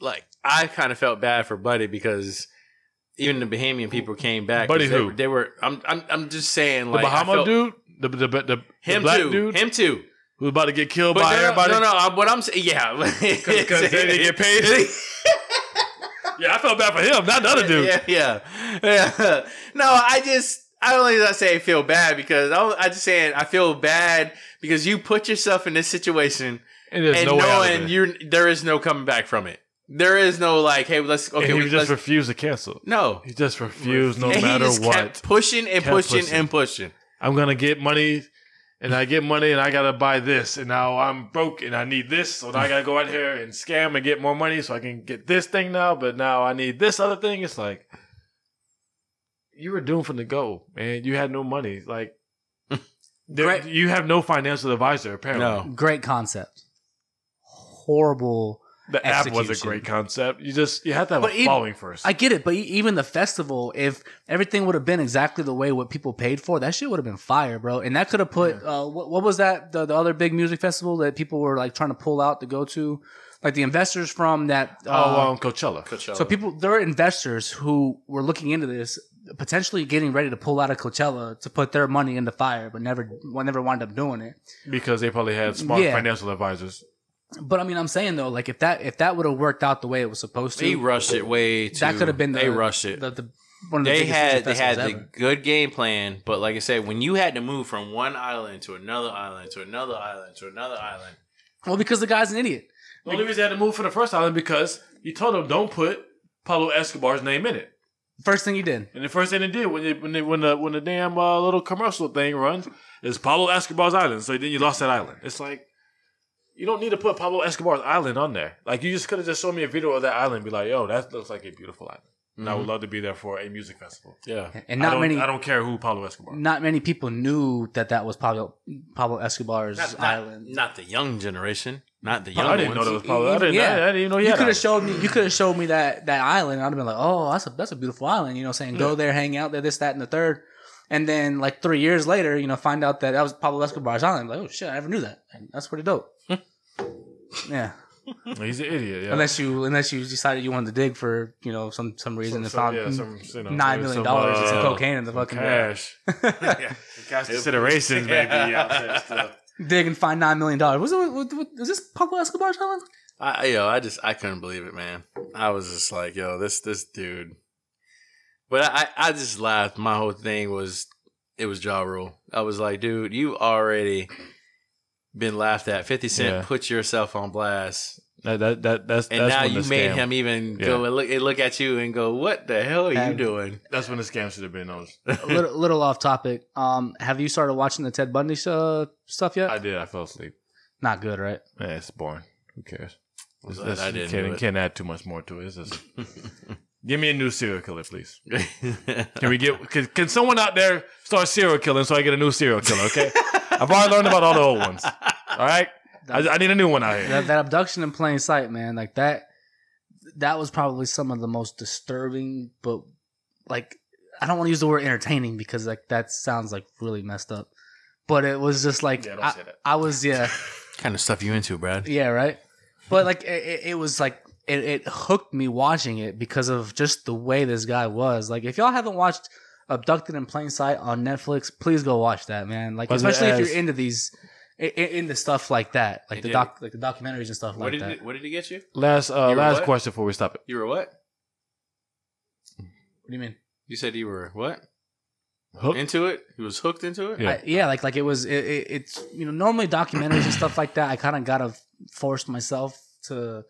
S4: like I kind of felt bad for Buddy because even the Bahamian people came back. 'cause
S1: Buddy
S4: they,
S1: who?
S4: were- They were. I'm. I'm. I'm just saying.
S1: The
S4: Like, I
S1: Bahama
S4: felt-
S1: dude, the the, the, the
S4: Him
S1: black
S4: too.
S1: dude,
S4: Him too.
S1: who was about to get killed
S4: But
S1: by
S4: no, no,
S1: everybody.
S4: No, no. I- What I'm saying. Yeah.
S1: Because they didn't get paid. yeah, I felt bad for him, not the other dude.
S4: Yeah, yeah, yeah. No, I just I don't think I say I feel bad because I, I just saying I feel bad because you put yourself in this situation
S1: And there's
S4: and
S1: no way out of
S4: knowing
S1: it.
S4: you there is no coming back from it. There is no like, hey, let's
S1: And
S4: okay,
S1: he
S4: we
S1: just
S4: let's,
S1: refused to cancel.
S4: no.
S1: He just refused no
S4: And he
S1: matter
S4: just
S1: what.
S4: kept pushing and
S1: Kept
S4: pushing,
S1: pushing.
S4: and pushing.
S1: I'm gonna get money, and I get money, and I gotta buy this, and now I'm broke, and I need this, so now I gotta go out here and scam and get more money so I can get this thing now. But now I need this other thing. It's like you were doomed from the go, man. You had no money, like. there-
S2: Right.
S1: You have no financial advisor, apparently.
S4: No.
S2: Great concept, horrible.
S1: The app was a
S2: Execution.
S1: great concept. You just you had to have
S2: But
S1: a
S2: even-
S1: following first.
S2: I get it, but e- even the festival, if everything would have been exactly the way what people paid for, that shit would have been fire, bro. And that could have put uh, what, what was that the, the other big music festival that people were like trying to pull out to go to, like the investors from that. Uh,
S1: oh, um, Coachella.
S2: so people, there are investors who were looking into this, potentially getting ready to pull out of Coachella to put their money into fire, but never, never wound up doing it.
S1: because they probably had smart
S2: Yeah.
S1: financial advisors.
S2: But I mean, I'm saying though, like if that if that would have worked out the way it was supposed to,
S4: They rushed it way too.
S2: that could have been the,
S4: they rushed it.
S2: The, the, one of the
S4: they
S2: biggest
S4: had
S2: music
S4: they had
S2: festivals
S4: the
S2: ever.
S4: good game plan, but like I said, when you had to move from one island to another island to another island to another island,
S2: well because the guy's an idiot.
S1: The only reason they had to move for the first island because he told them don't put Pablo Escobar's name in it.
S2: First thing he did.
S1: And the first thing they did when they, when they, when the when the damn uh, little commercial thing runs is Pablo Escobar's island. So then you lost that island. It's like you don't need to put Pablo Escobar's island on there. Like you just could have just shown me a video of that island and be like, "Yo, that looks like a beautiful island." And I would love to be there for a music festival.
S4: yeah,
S2: And
S1: I
S2: not
S1: don't,
S2: many
S1: I don't care who Pablo Escobar.
S2: not many people knew that that was Pablo Pablo Escobar's
S4: not, not-
S2: island.
S4: Not the young generation. Not the young
S1: I didn't know
S4: ones.
S1: that was Pablo. I
S2: Even-
S1: didn't,
S2: yeah.
S1: I, didn't even know he
S2: you
S1: had
S2: could have
S1: islands.
S2: showed me. You could have showed me that that island. and I'd have been like, "Oh, that's a that's a beautiful island." You know, saying go there, hang out there, this, that, and the third. And then, like three years later, you know, find out that that was Pablo Escobar's island. Like, oh shit, I never knew that. And that's pretty dope.
S1: Hmm.
S2: yeah.
S1: He's an idiot. Yeah.
S2: unless you unless you decided you wanted to dig for you know some some reason and
S1: Some-
S2: found
S1: yeah, some, you know,
S2: nine
S1: maybe
S2: million
S1: some,
S2: dollars and some
S1: uh,
S2: cocaine in the fucking
S1: cash. yeah, cash considerations, maybe. out there still.
S2: dig and find nine million dollars. Was it was, was, was this Pablo Escobar's island?
S4: I, yo, I just I couldn't believe it, man. I was just like, yo, this this dude. But I I I just laughed. My whole thing was it was jaw rule. I was like, dude, you already been laughed at. Fifty Cent
S1: Yeah.
S4: put yourself on blast,
S1: That, that, that, that's,
S4: and
S1: that's
S4: now
S1: when
S4: you
S1: the
S4: made
S1: scam-
S4: him even go
S1: Yeah.
S4: and look and look at you and go, what the hell are you
S2: And-
S4: doing?
S1: That's when the scam should have been on.
S2: A little, little off topic. Um, have you started watching the Ted Bundy uh, stuff yet?
S1: I did. I fell asleep.
S2: Not good, right?
S1: Man, it's boring. Who cares?
S4: I'm
S1: It's-
S4: glad
S1: it's-
S4: I
S1: you
S4: didn't
S1: can't,
S4: do it.
S1: can't add too much more to it. It's just- give me a new serial killer, please. Can we get? Can, can someone out there start serial killing so I get a new serial killer? Okay, I've already learned about all the old ones. All right, I, I need a new one out here.
S2: That, that abduction in plain sight, man. Like that. That was probably some of the most disturbing, but like I don't want to use the word entertaining because like that sounds like really messed up. But it was just like
S1: Yeah, don't
S2: I,
S1: say that.
S2: I was yeah.
S4: kind of stuff you into, Brad?
S2: Yeah, right. But like it, it- it was like it, it hooked me watching it because of just the way this guy was. Like if y'all haven't watched Abducted in Plain Sight on Netflix, please go watch that, man. Like
S1: Was it
S2: especially if
S1: as-
S2: you're into these i- i- into stuff like that, like
S4: It
S2: the
S4: did.
S2: doc, like the documentaries and stuff
S4: What
S2: like
S4: did
S2: that.
S4: it, what did he get you?
S1: Last, uh,
S4: You were
S1: last
S4: what?
S1: question before we stop it.
S4: You were what?
S2: what do you mean?
S4: You said you were what
S1: Hook?
S4: into it? He was hooked into it.
S1: Yeah.
S2: Yeah, I, yeah like like it was. It, it, it's you know normally documentaries and stuff like that. I kind of gotta force myself to,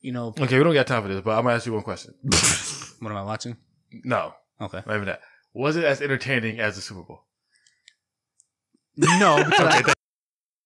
S2: you know,
S1: Okay, we don't got time for this, but I'm gonna ask you one question.
S2: what am I watching?
S1: No,
S2: Okay.
S1: not even that. Was it as entertaining as the Super Bowl?
S2: No, because I,